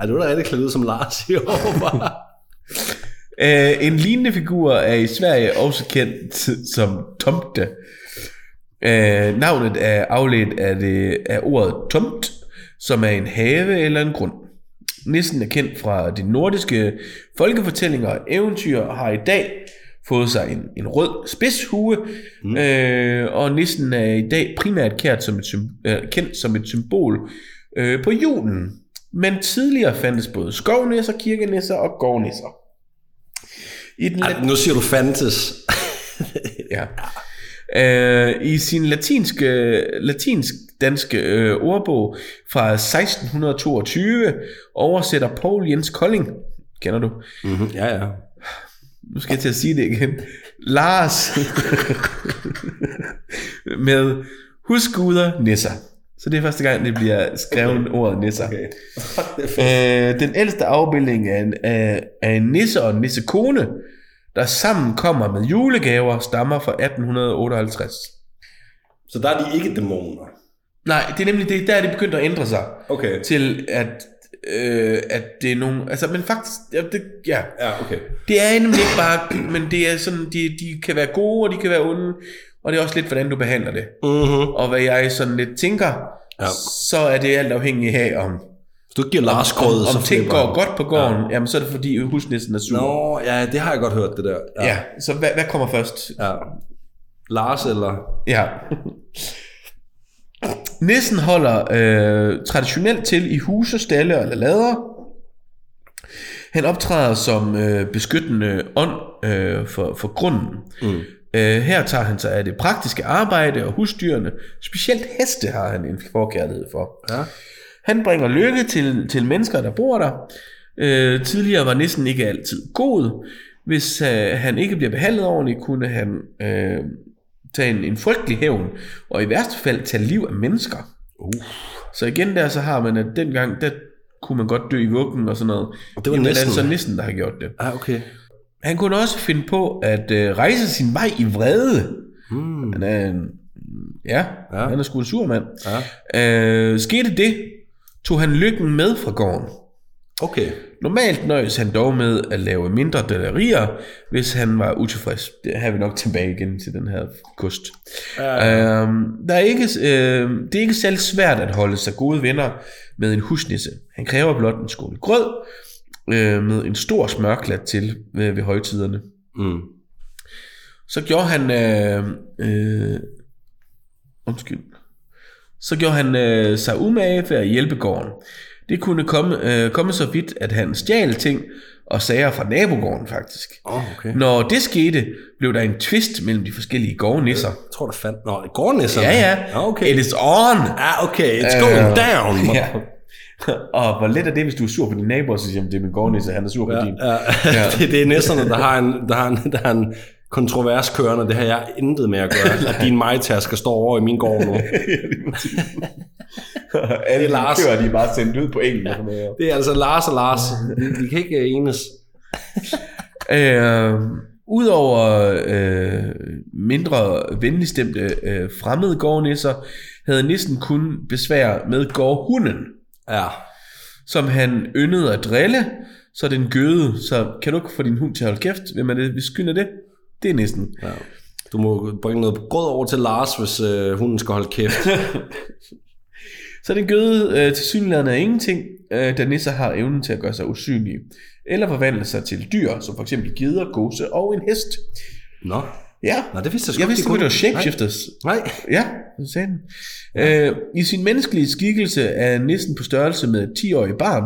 B: Ej, det var da rigtig klædt ud som Lars i år, bare.
A: Øh, en lignende figur er i Sverige også kendt som Tomte. Øh, navnet er afledt af, det, af ordet tomt, som er en have eller en grund. Nissen er kendt fra de nordiske folkefortællinger og eventyr og har i dag fået sig en, en rød spidshue, mm. øh, og nissen er i dag primært kært som et, sym- øh, kendt som et symbol øh, på julen. Men tidligere fandtes både skovnisser, kirkenisser og gårdnisser. I den
B: Ej, nu siger du Fantes.
A: Ja. Øh, I sin latinske, latinsk-danske øh, ordbog fra 1622 oversætter Paul Jens Kolding, kender du?
B: Mm-hmm. Ja, ja.
A: Nu skal jeg til at sige det igen. Lars (laughs) med husguder nisser. Så det er første gang, det bliver skrevet ordet nisser. Okay. Øh, den ældste afbildning er en, af, af en nisse og en nissekone, der sammen kommer med julegaver, stammer fra 1858.
B: Så der er de ikke dæmoner.
A: Nej, det er nemlig det, der er det begyndt at ændre sig.
B: Okay.
A: Til at, øh, at det er nogen... Altså, men faktisk... Ja, det, ja.
B: Ja, okay.
A: det er nemlig ikke bare... Men det er sådan, de, de kan være gode, og de kan være onde. Og det er også lidt, hvordan du behandler det.
B: Mm-hmm.
A: Og hvad jeg sådan lidt tænker,
B: Ja.
A: ja. så er det alt afhængigt af, om,
B: Hvis du ikke giver Lars
A: om,
B: grød,
A: om
B: så
A: ting
B: flipper
A: går
B: han.
A: godt på gården, ja. jamen så er det fordi husnissen er sur.
B: Nå, ja, det har jeg godt hørt, det der.
A: Ja. ja. Så hvad, hvad kommer først?
B: ja. Lars eller...
A: Ja. Nissen holder øh, traditionelt til i huse, stalle eller lader. Han optræder som øh, beskyttende ånd øh, for, for grunden. Mm. Øh, her tager han sig af det praktiske arbejde og husdyrene. Specielt heste har han en forkærlighed for.
B: Ja.
A: Han bringer lykke til, til mennesker, der bor der. Øh, tidligere var nissen ikke altid god. Hvis øh, han ikke bliver behandlet ordentligt, kunne han øh, tage en, en frygtelig hævn, og i værste fald tage liv af mennesker. Uh. Så igen der, så har man, at dengang, der kunne man godt dø i vuggen og sådan noget.
B: det var
A: Jamen,
B: nissen.
A: altså nissen, der har gjort det.
B: Ah, okay.
A: Han kunne også finde på at øh, rejse sin vej i vrede.
B: Hmm.
A: Han er en, ja,
B: Ja.
A: ja, han er sgu en sur mand. Ja. Øh, skete det, tog han lykken med fra gården.
B: Okay.
A: Normalt nøjes han dog med at lave mindre dallerier, hvis han var utilfreds. Det har vi nok tilbage igen til den her kost. Ja. Øhm, der er ikke, øh, det er ikke særlig svært at holde sig gode venner med en husnisse. Han kræver blot en skål grød øh, med en stor smørklat til øh, ved højtiderne.
B: Mm.
A: Så gjorde han... Øh, øh, undskyld. Så gjorde han øh, sig umage for at hjælpe gården. Det kunne komme, øh, komme så vidt, at han stjal ting og sager fra nabogården faktisk.
B: Oh, okay.
A: Når det skete, blev der en tvist mellem de forskellige gårdnisser.
B: Jeg tror, der fandt... Nå, det går næsten.
A: Ja, ja.
B: Ah, Øh, okay.
A: It is on!
B: Ah, okay. It's going
A: (laughs)
B: down.
A: Ja. (laughs) Og hvor let er det, hvis du er sur på din nabo, og så siger, "Jamen, det er min gårdnisse, han er sur på
B: Ja,
A: din.
B: ja. (laughs) det, det er næsterne, der har en, der har en, der har en kontrovers kørende. Det har jeg intet med at
A: (laughs)
B: gøre. At din majtasker står over i min gård nu.
A: Alle
B: er Lars.
A: de køer, de er bare sendt ud på engelsk. Ja.
B: Det er altså Lars og Lars. Vi, vi kan ikke enes.
A: Øh, Udover øh, mindre venligstemte øh, fremmede gårdnisser, havde nissen kun besvær med gårdhunden,
B: Ja.
A: som han yndede at drille, så den gøde. Så kan du ikke få din hund til at holde kæft? Hvem er det? Vi skynder det. Det er nissen. Ja.
B: Du må bringe noget grød over til Lars, hvis øh, hunden skal holde kæft.
A: (laughs) Så den gøde øh, til synligheden er ingenting, øh, da nisser har evnen til at gøre sig usynlige. Eller forvandle sig til dyr, som f.eks. geder, gåse og en hest.
B: Nå.
A: Ja,
B: Nå, det vidste jeg sgu
A: jeg
B: ikke,
A: vidste
B: de
A: ikke, at det var
B: kunne.
A: shapeshifters.
B: Nej.
A: Ja, det sagde den. Ja. Øh, I sin menneskelige skikkelse er næsten på størrelse med et 10-årig barn.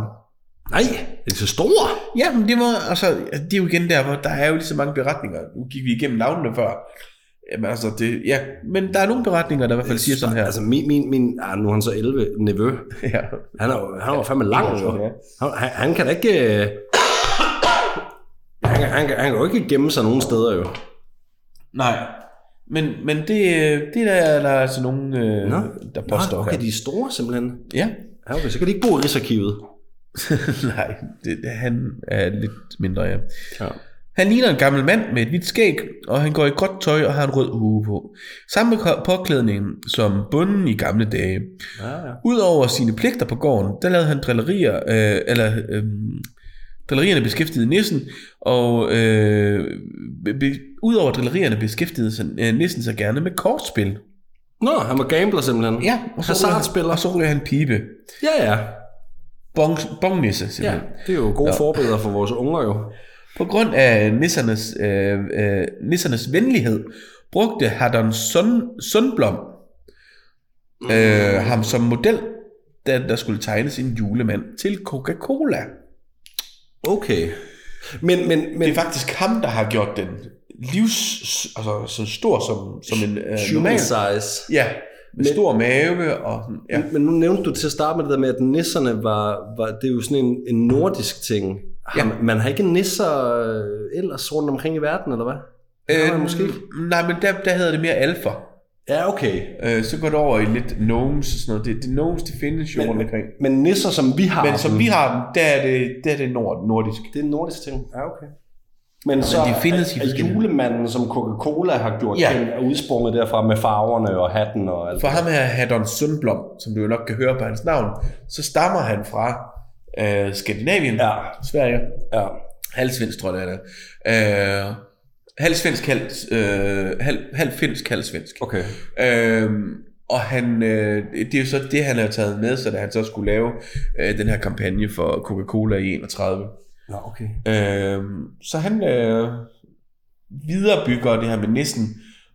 B: Nej. Det er så stor.
A: Ja, men det var, altså, det er jo igen der, hvor der er jo lige så mange beretninger. Nu gik vi igennem navnene før. Jamen, altså, det, ja. Men der er nogle beretninger, der i hvert fald siger sådan her.
B: Altså min, min, min ah, nu er han så 11, nevø.
A: ja.
B: Han er, jo- han var fandme lang. jo.
A: Ja.
B: Han, han, han kan da ikke... øh, Han, kan- han, kan- han kan jo ikke gemme sig nogen steder jo.
A: Nej. Men, men det, øh, det der, der er altså nogen, øh,
B: Nå.
A: der påstår
B: Nå,
A: Nå,
B: okay,
A: her.
B: de er store simpelthen.
A: Ja. (laughs)
B: Ja, okay, så kan de ikke bo i Rigsarkivet.
A: Nej, det, det, han er lidt mindre, ja.
B: Ja.
A: Han ligner en gammel mand med et hvidt skæg, og han går i gråt tøj og har en rød hue på. Samme ko- påklædning som bunden i gamle dage.
B: Ja, ja.
A: Udover sine pligter på gården, der lavede han drillerier, øh, eller øh, drillerierne beskæftigede nissen, og øh, be, be, udover drillerierne beskæftigede sig, øh, nissen sig gerne med kortspil.
B: Nå, han var gambler simpelthen.
A: og så
B: Hazardspiller.
A: Og så ryger han pibe.
B: Ja, ja.
A: Bong, bongnisse,
B: ja.
A: simpelthen.
B: Det er jo gode
A: Ja.
B: forbilleder for vores unger jo.
A: På grund af nissernes, øh, øh, nissernes venlighed brugte Hardon Sun, Sundblom øh, ham som model, da der skulle tegnes en julemand til Coca-Cola.
B: Okay. Men, men, men
A: Det er faktisk ham, der har gjort den livs, altså så stor som, som en øh,
B: human
A: normal.
B: size.
A: Ja, med
B: Men- Mm,
A: stor mave og sådan, ja.
B: Men nu nævnte du til at starte med det der med, at nisserne var, var det er jo sådan en, en nordisk ting. Har, ja. Man har ikke nisser øh, ellers rundt omkring i verden, eller hvad? Det
A: Øh,
B: har man måske ikke.
A: Øhm, Nej, men der, der hedder det mere alfa.
B: Ja, okay.
A: Øh, så går det over i lidt gnomes og sådan noget. Det, det gnomes, det findes jo rundt omkring.
B: Men nisser, som vi har
A: Men som
B: dem,
A: vi har dem, der er det, der er det nord, nordisk.
B: det er en nordisk ting. Ja, okay. Men så
A: de findes i
B: er, er
A: forskellige-
B: julemanden, som Coca-Cola har gjort, ja.
A: Ja.
B: er udsprunget derfra med farverne og hatten og alt.
A: For ham her, Hadon Sundblom, som du jo nok kan høre på hans navn, så stammer han fra øh, Skandinavien,
B: Ja.
A: Sverige.
B: Ja.
A: Halvsvensk, tror jeg, det er. Øh, halvsvensk, halv, øh, halv, halvfinsk, halvsvensk.
B: Okay.
A: Øhm, og han, øh, det er jo så det, han har taget med sig, da han så skulle lave øh, den her kampagne for Coca-Cola i 31.
B: Nå, okay.
A: Øhm, så han øh, viderebygger det her med nissen,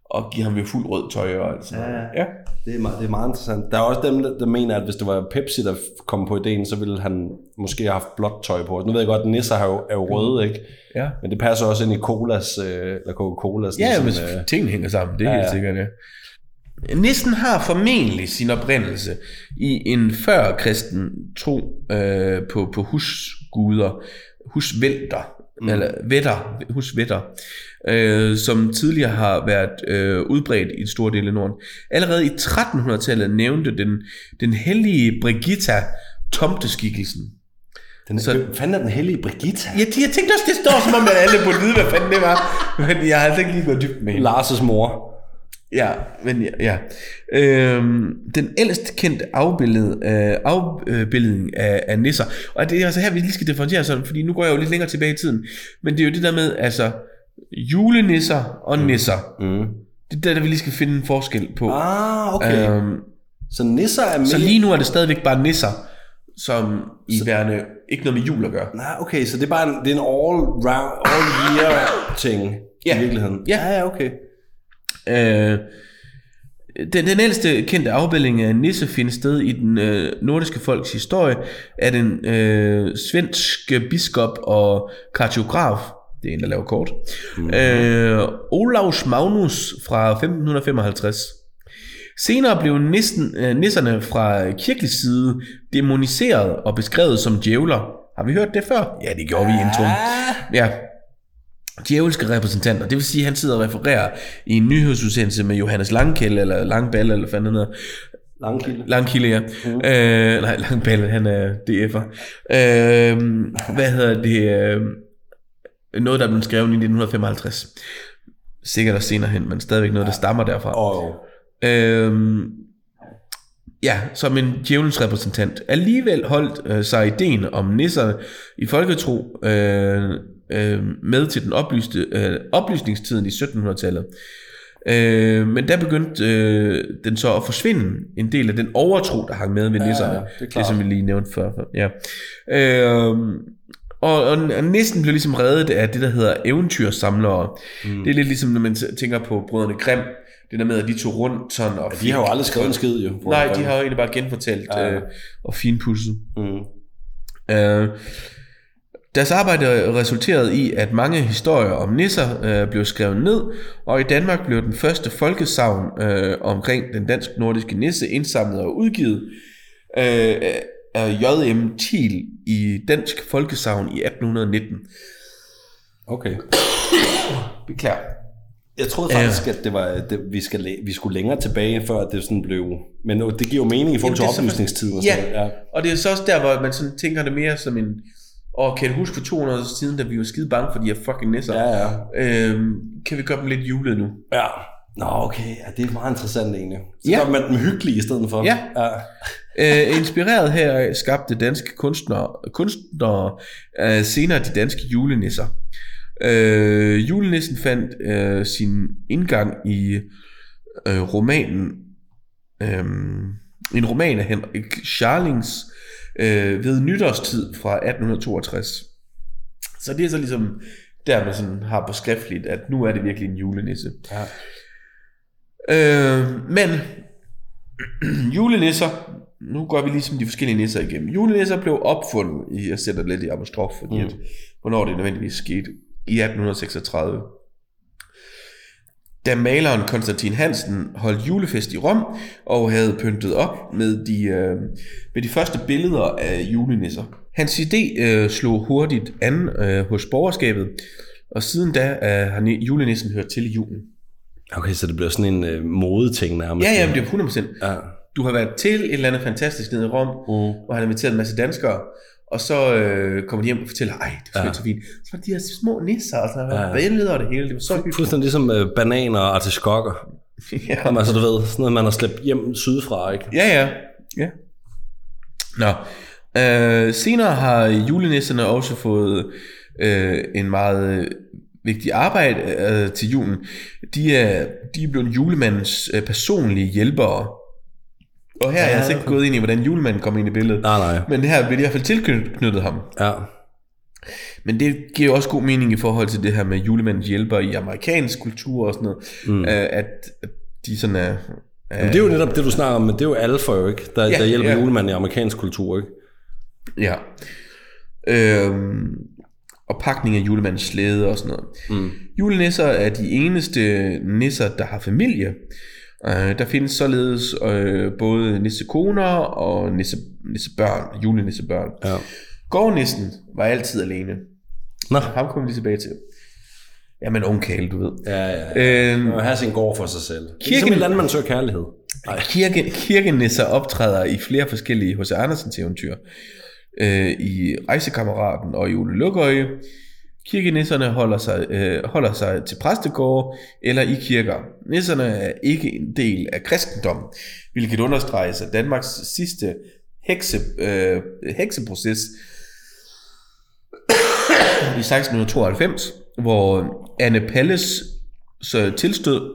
A: og giver ham jo fuld rød tøj og alt sådan noget. Ja.
B: Det er, meget, det er meget interessant. Der er også dem, der, der mener, at hvis det var Pepsi, der f- kom på ideen, så ville han måske have haft blåt tøj på. Nu ved jeg godt, at nisser har jo, er jo røde, ikke?
A: Ja.
B: Men det passer også ind i colas, øh, eller Coca-Colas.
A: Ja,
B: ligesom,
A: hvis øh, tingene hænger sammen, det er
B: Ja,
A: ja,
B: ja.
A: helt sikkert, ja. Nissen har formentlig sin oprindelse i en før-kristen tro øh, på, på husguder, husvælter, mm. eller vætter, husvætter, øh, som tidligere har været øh, udbredt i en stor del af Norden. Allerede i 1300-tallet nævnte den, den hellige Brigitta tomteskikkelsen.
B: Den, så,
A: Så-
B: hvem fanden er den hellige Brigitta?
A: Ja, de, jeg tænkte også, det står som om, at alle burde vide, hvad fanden det var. (laughs) Men jeg har altså ikke lige gået dybt med hende.
B: Lars' mor.
A: Ja, men ja. ja. Øhm, den ældst kendte afbillede, øh, afbildning af, af nisser, og det er altså her, vi lige skal differentiere sådan, fordi nu går jeg jo lidt længere tilbage i tiden, men det er jo det der med, altså, julenisser og nisser.
B: Mm.
A: Det er der, der vi lige skal finde en forskel på.
B: Ah, okay. Øhm,
A: øhm,
B: så nisser er med...
A: så lige nu er det stadigvæk bare nisser, som i så... værende ikke noget med jul at gøre.
B: Nej, Ah, okay, så det er bare en, det er en all, round, all year ting
A: Ja.
B: i virkeligheden.
A: Ja.
B: ja, okay.
A: Øh, den, den ældste kendte afbildning af en nisse findes sted i den øh, nordiske folks historie af den øh, svenske biskop og kartograf, det er en, der laver kort, mm. øh, Olaus Magnus fra 1555. Senere blev nissen, øh, nisserne fra kirkelig side demoniseret og beskrevet som djævler. Har vi hørt det før? Ja, det gjorde vi i introen. Ja, djævelske repræsentanter. Det vil sige, at han sidder og refererer i en nyhedsudsendelse med Johannes Langkilde, eller Langballe, eller hvad fanden han hedder.
B: Langkilde.
A: Langkilde, ja. Øh, nej, Langballe, han er DF'er. Øh, hvad hedder det? Øh, noget, der blev skrevet i 1955. Sikkert også senere hen, men stadigvæk noget, der stammer derfra.
B: Og
A: Øhm, ja, som en djævelens repræsentant. Alligevel holdt øh, sig ideen om nisserne i folketro øh, øh, med til den oplyste, øh, oplysningstiden i 1700-tallet. Øh, men der begyndte øh, den så at forsvinde en del af den overtro, der hang med ved nisserne.
B: ja, det er
A: det,
B: klart.
A: som vi lige nævnte før. Ja. Øh, og, og, og næsten blev ligesom reddet af det, der hedder eventyrsamlere. Mm. Det er lidt ligesom, når man t- tænker på brødrene Grimm. Det der med, at de tog rundt sådan og...
B: de har jo aldrig skrevet en skid, jo.
A: Nej, de har jo egentlig bare genfortalt
B: Ah, Ja, ja.
A: øh, og finpudset.
B: Mm.
A: Øh, deres arbejde resulterede i, at mange historier om nisser øh, blev skrevet ned, og i Danmark blev den første folkesavn øh, omkring den dansk-nordiske nisse indsamlet og udgivet øh, af J.M. Thiel i Dansk Folkesavn i 1819.
B: Okay.
A: Beklager.
B: Jeg troede faktisk, at det var, at det, vi, skal, læ- vi skulle længere tilbage, før det sådan blev... Men nu- det giver jo mening i forhold til
A: Jamen, det er så-
B: oplysningstiden. og
A: Ja.
B: sådan noget.
A: Og det er så også der, hvor man sådan tænker det mere som en... Og kan du huske for 200 år siden, da vi var skide bange for de her fucking nisser?
B: ja, ja.
A: Øhm, kan vi gøre dem lidt julet nu?
B: ja. Nå, okay. Ja, det er meget interessant egentlig. Så
A: Ja.
B: ja. gør man dem hyggelige i stedet for.
A: Ja.
B: ja.
A: Øh, inspireret heraf skabte danske kunstnere, kunstnere øh, senere de danske julenisser. Øh, julenissen fandt øh, sin indgang i øh, romanen, øh, en roman af Henrik Charlings øh, ved nytårstid fra 1862. Så det er så ligesom der, man sådan har på skriftligt, at nu er det virkelig en julenisse.
B: Ja.
A: Øh, men julenisser, nu går vi ligesom de forskellige nisser igennem. Julenisser blev opfundet, i, jeg sætter det lidt i apostrof, fordi mm. at, hvornår det nødvendigvis skete, i 1836. Da maleren Konstantin Hansen holdt julefest i Rom, og havde pyntet op med de, øh, med de første billeder af julenisser. Hans idé øh, slog hurtigt an øh, hos borgerskabet, og siden da øh, har ni- julenissen hørt til i julen.
B: Okay, så det bliver sådan en øh, modeting nærmest.
A: Ja, ja, men det er 100%.
B: Ja.
A: du har været til et eller andet fantastisk nede i Rom,
B: Mm.
A: hvor han har inviteret en masse danskere, og så øh, kommer de hjem og fortæller, ej, det var ja. så fint. Så var de her små nisser, og så var
B: Ja.
A: ja. billeder og det hele, det var så hyggeligt.
B: Fuldstændig ligesom øh, bananer og artiskokker.
A: (laughs) ja.
B: Jamen, altså, du ved, sådan noget, man har slæbt hjem sydfra, ikke?
A: ja, ja, ja. Nå, øh, senere har julenisserne også fået øh, en meget øh, vigtig arbejde øh, til julen. De er, de er blevet julemandens øh, personlige hjælpere. Og her ja, er jeg altså ikke gået ind i, hvordan julemanden kom ind i billedet.
B: Nej, nej.
A: Men her vil de i hvert fald tilknyttet ham.
B: Ja.
A: Men det giver jo også god mening i forhold til det her med julemandens hjælper i amerikansk kultur og sådan noget. Mm. At, at de sådan er...
B: Jamen, det er jo netop det, du snakker om, men det er jo alle for jo, ikke? Der,
A: Ja,
B: ja, der hjælper
A: ja.
B: ja. julemanden i amerikansk kultur, ikke?
A: Ja. Øhm, og pakning af julemandens slæde og sådan noget. Mm. Julenisser er de eneste nisser, der har familie. Øh, der findes således øh, både nissekoner og nisse, nissebørn, julenissebørn.
B: Ja.
A: Gårdnissen var altid alene.
B: Nå.
A: Ham kommer vi lige tilbage til. Jamen, ungkale, du ved.
B: Ja, ja. ja.
A: Øh,
B: Og have sin gård for sig selv. Kirken... Øhm, Ligesom
A: Kirken-
B: et land, man søger kærlighed. Nej.
A: Kirke, kirkenisser optræder i flere forskellige H.C. Andersens eventyr. Øh, I Rejsekammeraten og i Ole Lukøje. Kirkenisserne holder sig, øh, holder sig til præstegårde eller i kirker. Nisserne er ikke en del af kristendommen, hvilket understreges af Danmarks sidste hekse, øh, hekseproces i 1692, hvor Anne Palles så tilstød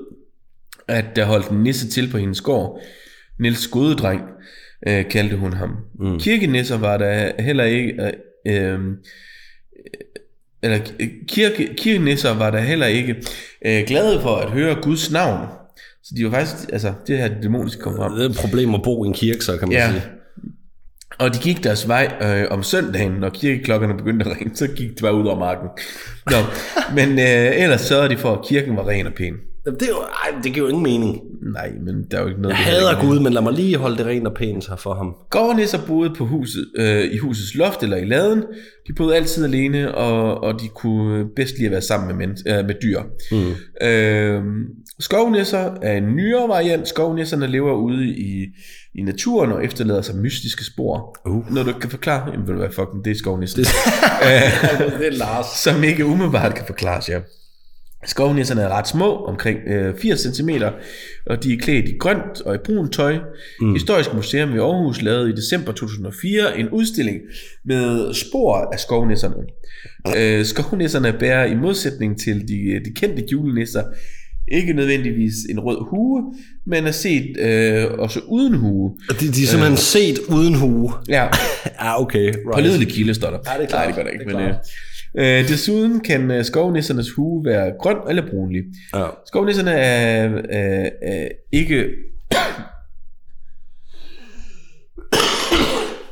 A: at der holdt en nisse til på hendes gård. Niels Godedreng øh, kaldte hun ham. Mm. Kirkenisser var der heller ikke... Øh, øh, eller øh, kirke, kirkenisser var der heller ikke øh, glade for at høre Guds navn. Så de var faktisk... Altså, det her det dæmoniske kom frem.
B: Det er et problem at bo i en kirke, så kan man
A: Ja.
B: sige.
A: Og de gik deres vej øh, om søndagen, når kirkeklokkerne begyndte at ringe, så gik de bare ud over marken. Nå, men øh, ellers sørgede de for, at kirken var ren og pæn.
B: Jamen, Det, er jo, ej, det giver jo ingen mening.
A: Nej, men der er jo ikke noget...
B: Jeg
A: vi heller ikke-
B: hader Gud, men lad mig lige holde det rent og pænt her for ham.
A: Gårdnisser boede på huset, øh, i husets loft eller i laden. De boede altid alene, og, og de kunne bedst lide at være sammen med, men, øh, med dyr. Mm. Øh, skovnisser er en nyere variant. Skovnisserne lever ude i, i naturen og efterlader sig mystiske spor. Uh. Når du ikke kan forklare, jamen ved du hvad, fuck, det er Øh, skovnisser. Det (laughs)
B: Det er Lars.
A: som ikke umiddelbart kan forklares, ja. Skovnisserne er ret små, omkring øh, 80 cm, og de er klædt i grønt og i brunt tøj. Mm. Historisk Museum i Aarhus lavede i december 2004 en udstilling med spor af skovnisserne. Øh, skovnisserne bærer i modsætning til de, de kendte julenisser ikke nødvendigvis en rød hue, men er set øh, også uden hue.
B: Og de, de er simpelthen set uden hue.
A: Ja,
B: Øh. Ja, okay.
A: Pålidelig kilde står der.
B: Ja, det er
A: Nej,
B: klart.
A: det gør der ikke.
B: Det er
A: men, øh, øh, desuden kan øh, skovnissernes hue være grøn eller brunlig.
B: Ja.
A: Skovnisserne er, er, er ikke... (coughs)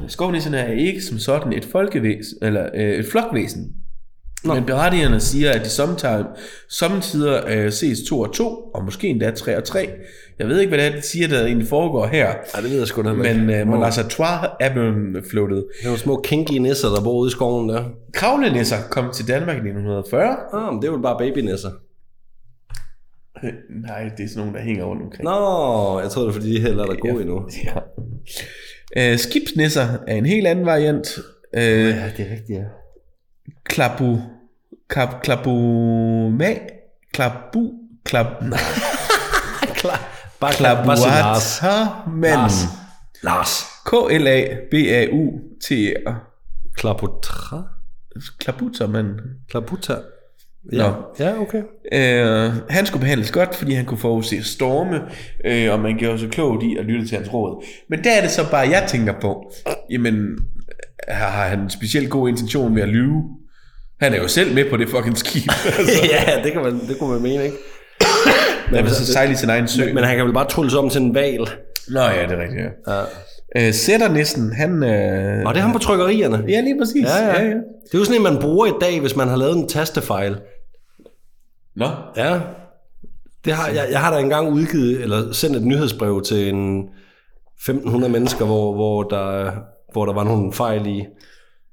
A: Skovnisserne er ikke som sådan et folkevæsen, eller øh, et flokvæsen. Nå. Men berettigerne siger, at de sometime, sommetider øh, ses to og to, og måske endda tre og tre. Jeg ved ikke, hvad det er, de siger, der egentlig foregår her.
B: Ja, det ved jeg sgu da heller ikke.
A: Men øh,
B: Wow.
A: Monassa Trois er blevet floatet.
B: Det er nogle små kinky nisser, der bor ude i skoven der.
A: Kravlenisser kom til Danmark i 1940.
B: Ah, men det er jo bare babynisser.
A: Øh, Nej, det er sådan nogen, der hænger rundt omkring.
B: Nå, jeg tror det er fordi, de heller er der gode endnu.
A: Ja. Øh, skibsnisser er en helt anden variant. Øh, ja, det er rigtigt, ja. Klabu... Klab, klabuma... Klabu... Klab... (laughs)
B: Bare klap, bare sig Lars. Mm. Lars.
A: Klabuatamanden.
B: Lars.
A: K-L-A-B-A-U-T-E-R.
B: Klaputra?
A: Klabutamanden.
B: Klaputa?
A: Nå.
B: Ja. ja, okay.
A: Øh, han skulle behandles godt, fordi han kunne forudse storme, øh, og man gjorde sig klogt i at lytte til hans råd. Men der er det så bare, jeg tænker på, jamen, har har han en specielt god intention med at lyve? Han er jo selv med på det fucking
B: (laughs)
A: skib. altså.
B: ja, det, kan man, det kunne man mene, ikke?
A: Han vil så sejle i sin egen sø.
B: Men han kan vel bare trulles om til en val.
A: Nå ja, det er rigtigt, ja. Øh, sætter næsten, han... Øh...
B: Og det er ham på trykkerierne.
A: Ja, lige præcis.
B: Ja, ja. Det er jo sådan en, man bruger i dag, hvis man har lavet en tastefejl.
A: Nå,
B: Ja. Det har, jeg, jeg har da engang udgivet, eller sendt et nyhedsbrev til en 1.500 mennesker, hvor, hvor, der, hvor der var nogle fejl i.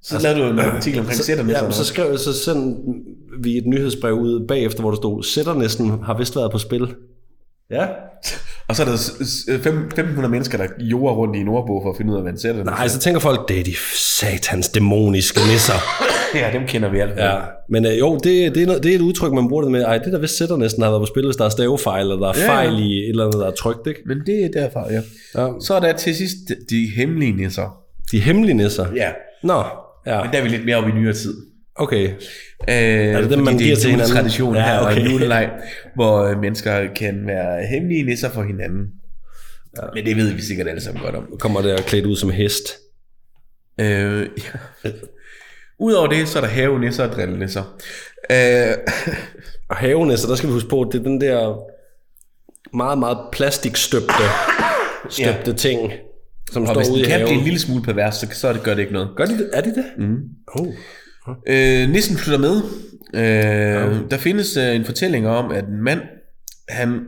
A: så lavede
B: (clears throat)
A: du en artikel omkring sætter
B: Ja,
A: næsten.
B: men Altså- så, skrev, så sendte vi et nyhedsbrev ud bagefter, hvor der stod, sætter næsten har vist været på spil. Ja.
A: Og så er der s- s- fem- 1500 mennesker, der jorder rundt i en ordbog for at finde ud af, hvad en sætter
B: Nej, så tænker folk, det er de satans dæmoniske nisser.
A: Ja, dem kender vi alle.
B: Ja, men øh, jo, det, det, er noget, det er et udtryk, man bruger det med. Ej, det der vist sætter næsten har været på spil, hvis der er stavefejl, eller der er
A: Ja, ja.
B: fejl i et eller andet, der er trygt, ikke?
A: Men det er derfra, ja.
B: Ja.
A: Så er der til sidst de hemmelige nisser.
B: De hemmelige nisser.
A: Ja.
B: Nå, ja,
A: Men der er vi lidt mere oppe i nyere tid.
B: okay.
A: Øh, er
B: det dem, man giver til hinanden?
A: tradition
B: Ja,
A: ja, okay. her, og
B: okay.
A: en juleleg, hvor øh, mennesker kan være hemmelige nisser for hinanden. Ja. Men det ved vi sikkert alle sammen godt om.
B: kommer der klædt ud som hest.
A: Øh, ja. Udover det, så er der havenisser og drillenisser. Øh,
B: Og havenæsser, der skal vi huske på, det er den der meget, meget
A: (laughs)
B: plastikstøbte støbte ja. ting, som
A: og
B: står
A: hvis
B: ude i
A: den kan blive en
B: haven.
A: lille smule pervers, så, så gør det ikke noget.
B: Gør de det? Er de det? Mm. Oh.
A: Øh, Nissen flytter med. Øh, Der findes øh, en fortælling om, at en mand, han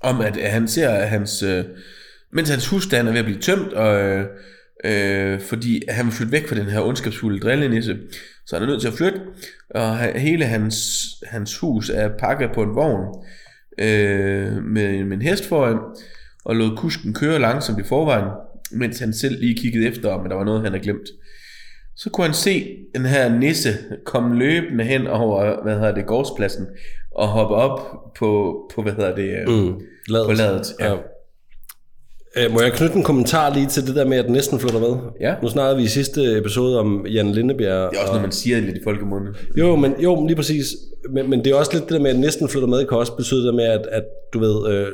A: om at øh, han ser, at hans, øh, mens hans husstand er ved at blive tømt, og, øh, øh, fordi han vil flytte væk fra den her ondskabsfulde drillenisse, så han er nødt til at flytte, og he- hele hans, hans hus er pakket på en vogn øh, med, med en hest foran, og lod kusken køre langsomt i forvejen, mens han selv lige kiggede efter, om der var noget, han havde glemt. Så kunne han se den her nisse komme løbende hen over, hvad hedder det, gårdspladsen, og hoppe op på, på hvad hedder det, mm, på ladet. Ja.
B: Ja. Øh, Må jeg knytte en kommentar lige til det der med, at den næsten flytter med?
A: Ja.
B: Nu snakkede vi i sidste episode om Jan Lindebjerg.
A: Det er også noget, man siger lidt i folkemunde.
B: Jo, men, jo, men lige præcis. Men, men det er også lidt det der med, at næsten flytter med, kan også betyde det der med, at, at du ved, øh,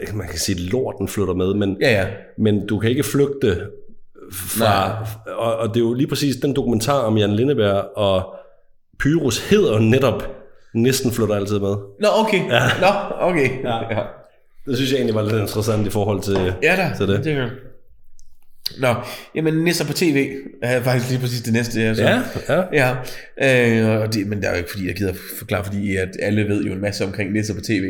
B: ikke, man kan sige, at lorten flytter med, men,
A: Ja, ja.
B: men du kan ikke flygte fra... Og, og det er jo lige præcis den dokumentar om Jan Lindeberg og Pyrus hedder jo netop næsten flytter altid med.
A: Nå, okay. Ja. Nå, okay. Ja, ja.
B: Det synes jeg egentlig var lidt interessant i forhold til,
A: ja da.
B: til det.
A: det er. Nå, jamen Nisser på tv er faktisk lige præcis det næste. Jeg så.
B: Ja, ja.
A: ja. Øh, og det, men det er jo ikke fordi, jeg gider forklare, fordi at alle ved jo en masse omkring Nisser på tv.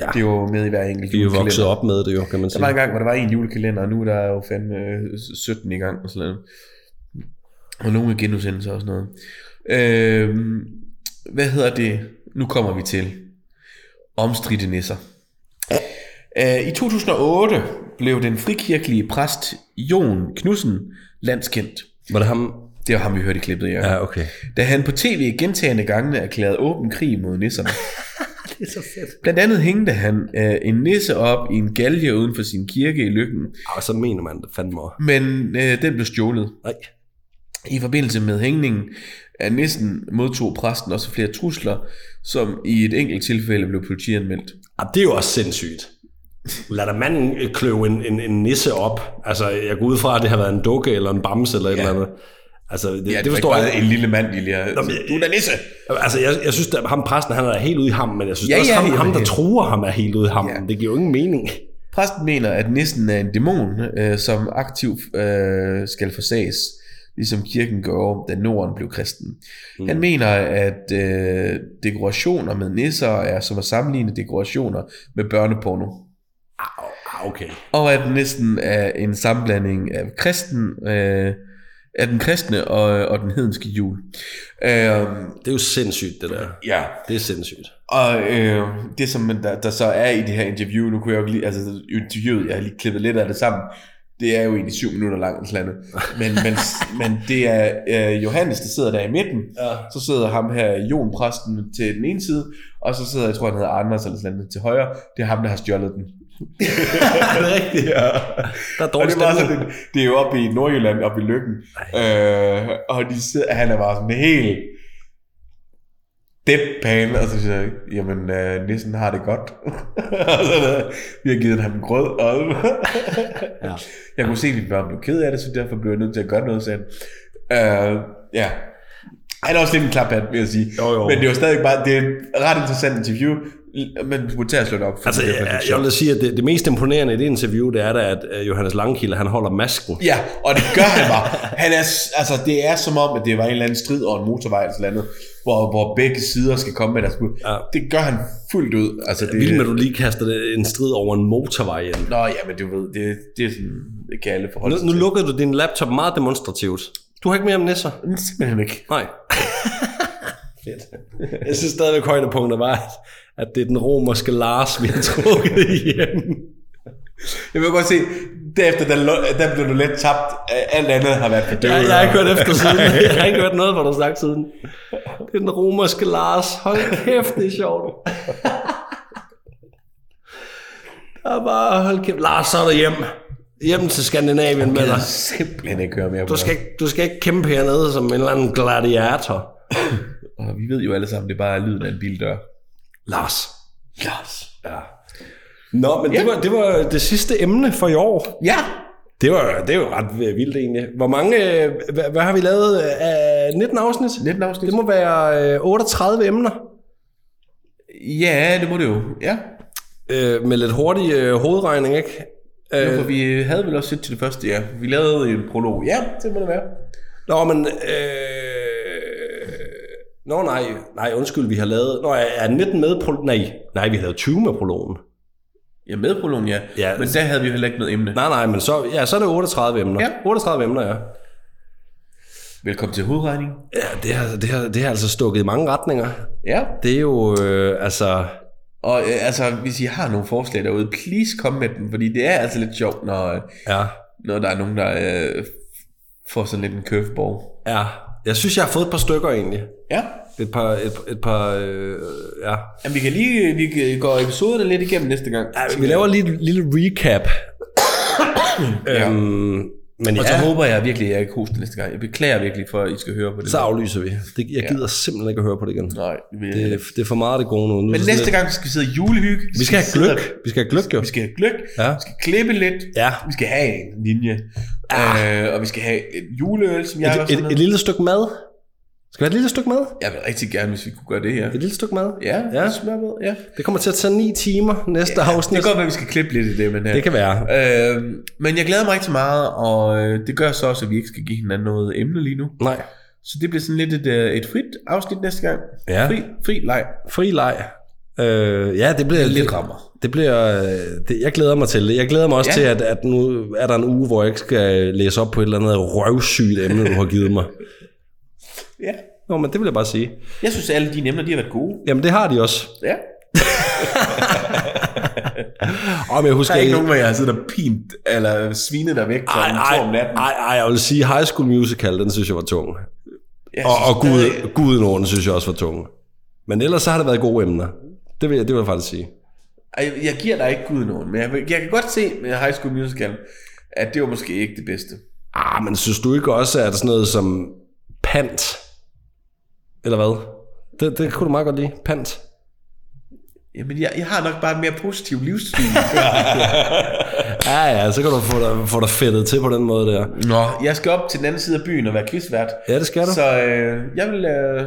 A: Ja. Det er jo med i hver enkelt
B: Vi er jo
A: julekalender.
B: vokset op med det jo, kan man
A: Der var
B: sige.
A: en gang, hvor der var en julekalender, og nu er der jo fandme øh, 17 i gang og sådan noget. Og nogle er genudsendelser og sådan noget. Øh, hvad hedder det? Nu kommer vi til omstridte nisser. Øh, I 2008 blev den frikirkelige præst Jon Knudsen landskendt.
B: Var det ham?
A: Det var ham, vi hørte i klippet, ja.
B: Ja, okay.
A: Da han på tv gentagende gange erklærede åben krig mod nisserne.
B: (laughs) Det er så fedt.
A: Blandt andet hængte han øh, en nisse op i en galge uden for sin kirke i Lykken,
B: Og Ah, så mener man det fandme også.
A: men øh, den blev stjålet.
B: Nej.
A: I forbindelse med hængningen af næsten modtog præsten også flere trusler, som i et enkelt tilfælde blev politianmeldt.
B: Ah, det er jo også sindssygt. Lad da manden øh, kløve en, en, en nisse op. Altså, jeg går ud fra, at det har været en dukke eller en bamse eller ja. et
A: Ja.
B: eller andet. Altså, det,
A: Ja,
B: det forstår jeg.
A: En lille mand, de lige har...
B: men jeg-
A: Du er da nisse!
B: Altså, jeg, jeg synes, at ham præsten, han er helt ude i ham, men jeg synes
A: Ja,
B: ja, også,
A: ja,
B: ham,
A: ja,
B: ham, der
A: ja.
B: truer ham, er helt ude i ham.
A: Ja.
B: Ja. Det giver jo ingen mening.
A: Præsten mener, at nissen er en dæmon, øh, som aktivt øh, skal forsages, ligesom kirken gjorde, da Norden blev kristen. Mm. Han mener, at øh, dekorationer med nisser er som at sammenligne dekorationer med børneporno.
B: Ah, okay.
A: og at næsten er en sammenblanding af kristen, øh, af den kristne og, og den hedenske jul. Øh,
B: Det er jo sindssygt, det der.
A: ja,
B: Det er sindssygt.
A: og øh, det som der, der så er i det her interview, nu kunne jeg jo ikke lige, altså interviewet, jeg har lige klippet lidt af det sammen, det er jo egentlig syv minutter langt eller andet.
B: (laughs)
A: Men, men, men det er øh, Johannes, der sidder der i midten,
B: Ja.
A: så sidder ham her, Jon Præsten, til den ene side, og så sidder, jeg tror han hedder Anders eller sådan noget, til højre, det er ham, der har stjålet den.
B: Er det rigtigt? Ja.
A: (laughs)
B: Der er
A: Og
B: dårlig
A: det, var
B: stemning.
A: sådan, det, det er jo oppe i Nordjylland, oppe i Lykken. Øh, og de sidder, han er bare sådan helt deadpan, og så siger jeg, jamen, øh, Nissen har det godt. (laughs) og så er der, vi har givet ham grød. Og ja. (laughs) Jeg kunne se, at vi børn blev ked af det, så derfor blev jeg nødt til at gøre noget, sagde han. Øh, ja. Han er også lidt en klaphat, vil jeg sige.
B: Jo, jo.
A: Men det var stadig bare, det er et ret interessant interview, men du må tage og slå det op. for
B: Altså,
A: det er
B: jeg,
A: faktisk
B: jeg
A: sjovt.
B: vil sige, at det, det mest imponerende i det interview, det er da, at øh, Johannes Langkilde, han holder masken.
A: Ja, og det gør han bare. Han er, s- altså, det er som om, at det var en eller anden strid over en motorvej eller sådan noget, hvor, hvor begge sider skal komme med deres bud. Ja.
B: Ja.
A: Det gør han fuldt ud. Altså, det,
B: Vildt med, at du lige kaster det- en strid over en motorvej ind.
A: Nå, ja, men du ved, det, det er sådan, det kan alle forholde
B: Nu,
A: sig
B: nu
A: til.
B: lukker du din laptop meget demonstrativt. Du har ikke mere om nisser?
A: Men Simpelthen ikke.
B: Nej. (laughs) Fedt. Jeg synes stadigvæk højdepunktet var, at, at det er den romerske Lars, vi har trukket hjem.
A: Jeg vil godt se, derefter, der, lo- der blev du let tabt. Alt andet har været fordøvet.
B: Jeg, jeg har ikke hørt efter siden. Jeg har ikke hørt noget fra dig sagt siden. Det er den romerske Lars. Hold kæft, det er sjovt. Der er bare, hold kæft. Lars, så er der hjem. Hjem til Skandinavien med
A: Jeg
B: dig.
A: kan simpelthen ikke høre mere på
B: Du skal, ikke, du skal ikke kæmpe hernede som en eller anden gladiator.
A: det. Og vi ved jo alle sammen, det er bare lyden af en bildør.
B: Lars.
A: Lars. Ja.
B: Nå, men det, var, det var det sidste emne for i år.
A: Ja.
B: Det var, det var ret øh, vildt egentlig. Hvor mange, øh, hvad, hvad har vi lavet øh, af 19 afsnit?
A: 19 afsnit.
B: Det må være øh, 38 emner.
A: Ja, det må det jo. Ja.
B: Øh, med lidt hurtig øh, hovedregning, ikke?
A: Jo,
B: Øh,
A: for vi havde vel også set til det første, ja. Vi lavede en prolog. Ja, det må det være.
B: nå, men... Øh, nå, nej, nej, undskyld, vi har lavet... Nå, er er 19 med... Pro, nej, nej, vi havde 20 med prologen.
A: Ja, med prologen, ja.
B: Ja.
A: ja. Men der havde vi jo heller ikke noget emne. Nej.
B: Nej, nej, men så, ja, så er det 38 emner.
A: Ja.
B: 38 emner, ja.
A: Velkommen til hovedregning.
B: Ja, det har, det, har, det har altså stukket i mange retninger.
A: Ja.
B: Det er jo, øh, altså...
A: Og øh, altså, hvis I har nogle forslag derude, please kom med dem, fordi det er altså lidt sjovt, når, øh,
B: Ja,
A: når der er nogen, der øh, får sådan lidt en curveball.
B: ja. Jeg synes, jeg har fået et par stykker egentlig.
A: Ja.
B: Et par, et, et par øh, ja.
A: Jamen, vi kan lige øh, vi kan- går episoderne lidt igennem næste gang.
B: ja. Vi laver lige et lille (coughs) recap.
A: Ja.
B: Mm, men
A: Og
B: ja,
A: så håber jeg virkelig, at jeg ikke hoster næste gang. Jeg beklager virkelig, for at I skal høre på det.
B: så aflyser vi. Det, jeg gider ja. simpelthen ikke at høre på det igen.
A: Nej, det vil jeg
B: Det,
A: heller
B: er-
A: ikke.
B: det er for meget af det gode nu. nu er
A: Men
B: det sådan
A: næste
B: lidt-
A: gang skal vi sidde og julehygge.
B: Vi skal have
A: sidde
B: gløk. Vi skal have gløk, jo.
A: og- Vi skal have gløk.
B: Ja.
A: Vi skal klippe lidt.
B: Ja.
A: Vi skal have en linje. Øh, og vi skal have et juleøl, som jeg
B: Et,
A: også har
B: et,
A: med.
B: et lille stykke mad. Skal vi have et lille stykke mad?
A: Jeg vil rigtig gerne, hvis vi kunne gøre det her.
B: Et lille stykke mad?
A: Ja,
B: ja.
A: ja. smørbrød, ja.
B: Det kommer til at tage 9 timer næste ja,
A: Det
B: afsnit.
A: kan godt være, vi skal klippe lidt i det, men her.
B: det kan være.
A: Øh, men jeg glæder mig rigtig meget, og øh, det gør så også, at vi ikke skal give hinanden noget emne lige nu.
B: Nej.
A: Så det bliver sådan lidt et, øh, et frit afsnit næste gang.
B: Ja.
A: Fri, fri leg.
B: Fri leg. Øh, ja, det bliver...
A: Lidt rammer.
B: Det bliver... øh, Det, jeg glæder mig til det. Jeg glæder mig også ja.
A: Ja.
B: til, at, at nu er der en uge, hvor jeg ikke skal læse op på et eller andet røvsygt emne, du har givet mig.
A: Ja.
B: Nå, men det vil jeg bare sige.
A: Jeg synes, alle dine emner, de har været gode.
B: Jamen, det har de også.
A: Ja.
B: Åh, men jeg
A: Der
B: husker
A: er ikke
B: ikke-
A: nogen, hvor jeg har siddet og pint, eller svinet dig væk
B: Ej,
A: klokken to om
B: ej,
A: natten.
B: ej, ej, jeg vil sige, High School Musical, den synes jeg var tung.
A: Jeg
B: Og,
A: synes
B: og Gud,
A: stadig-
B: Gudenorden synes jeg også var tung. Men ellers så har det været gode emner. Det vil jeg, det vil jeg faktisk sige.
A: Ej, jeg giver dig ikke Gud nogen, men jeg, vil- jeg kan godt se med High School Musical, at det var måske ikke det bedste.
B: Ah, men synes du ikke også, at sådan noget som pant, eller hvad? Det, det kunne du meget godt lide. Pant.
A: Jamen, jeg, jeg har nok bare en mere positiv livsstil.
B: (laughs) Ja, ja, så kan du få dig, få dig fedtet til på den måde der.
A: Nå, jeg skal op til den anden side af byen og være quizvært.
B: Ja, det skal du. Så...
A: Så øh, jeg vil... Øh,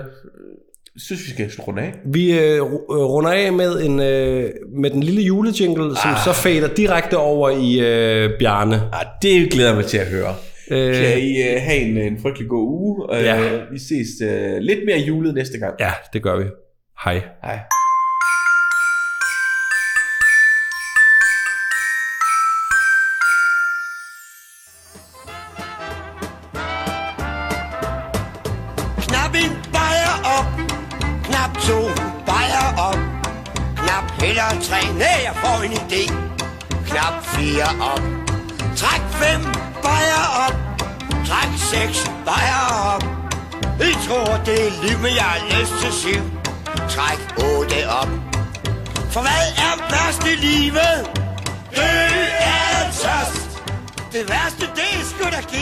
A: synes, vi skal runde af.
B: Vi øh, ru- øh, runder af med, en, øh, med den lille julejingle, som så fader direkte over i øh, Bjarne.
A: Ah, det glæder jeg mig til at høre.
B: Øh.
A: Øh, kan I øh, have en, en frygtelig god uge. Øh,
B: Ja.
A: Vi ses øh, lidt mere julet næste gang.
B: Ja, det gør vi. Hej.
A: Hej.
J: Knap en bajer op, knap to bajer op, knap heller tre, nej, jeg får en idé. Knap fire op, træk fem bajer op, træk seks bajer op. I tror, det er liv, men jeg har lyst til syv. Træk otte op. For hvad er værst i livet? Det er tørst. Det værste, det er sgu da givet.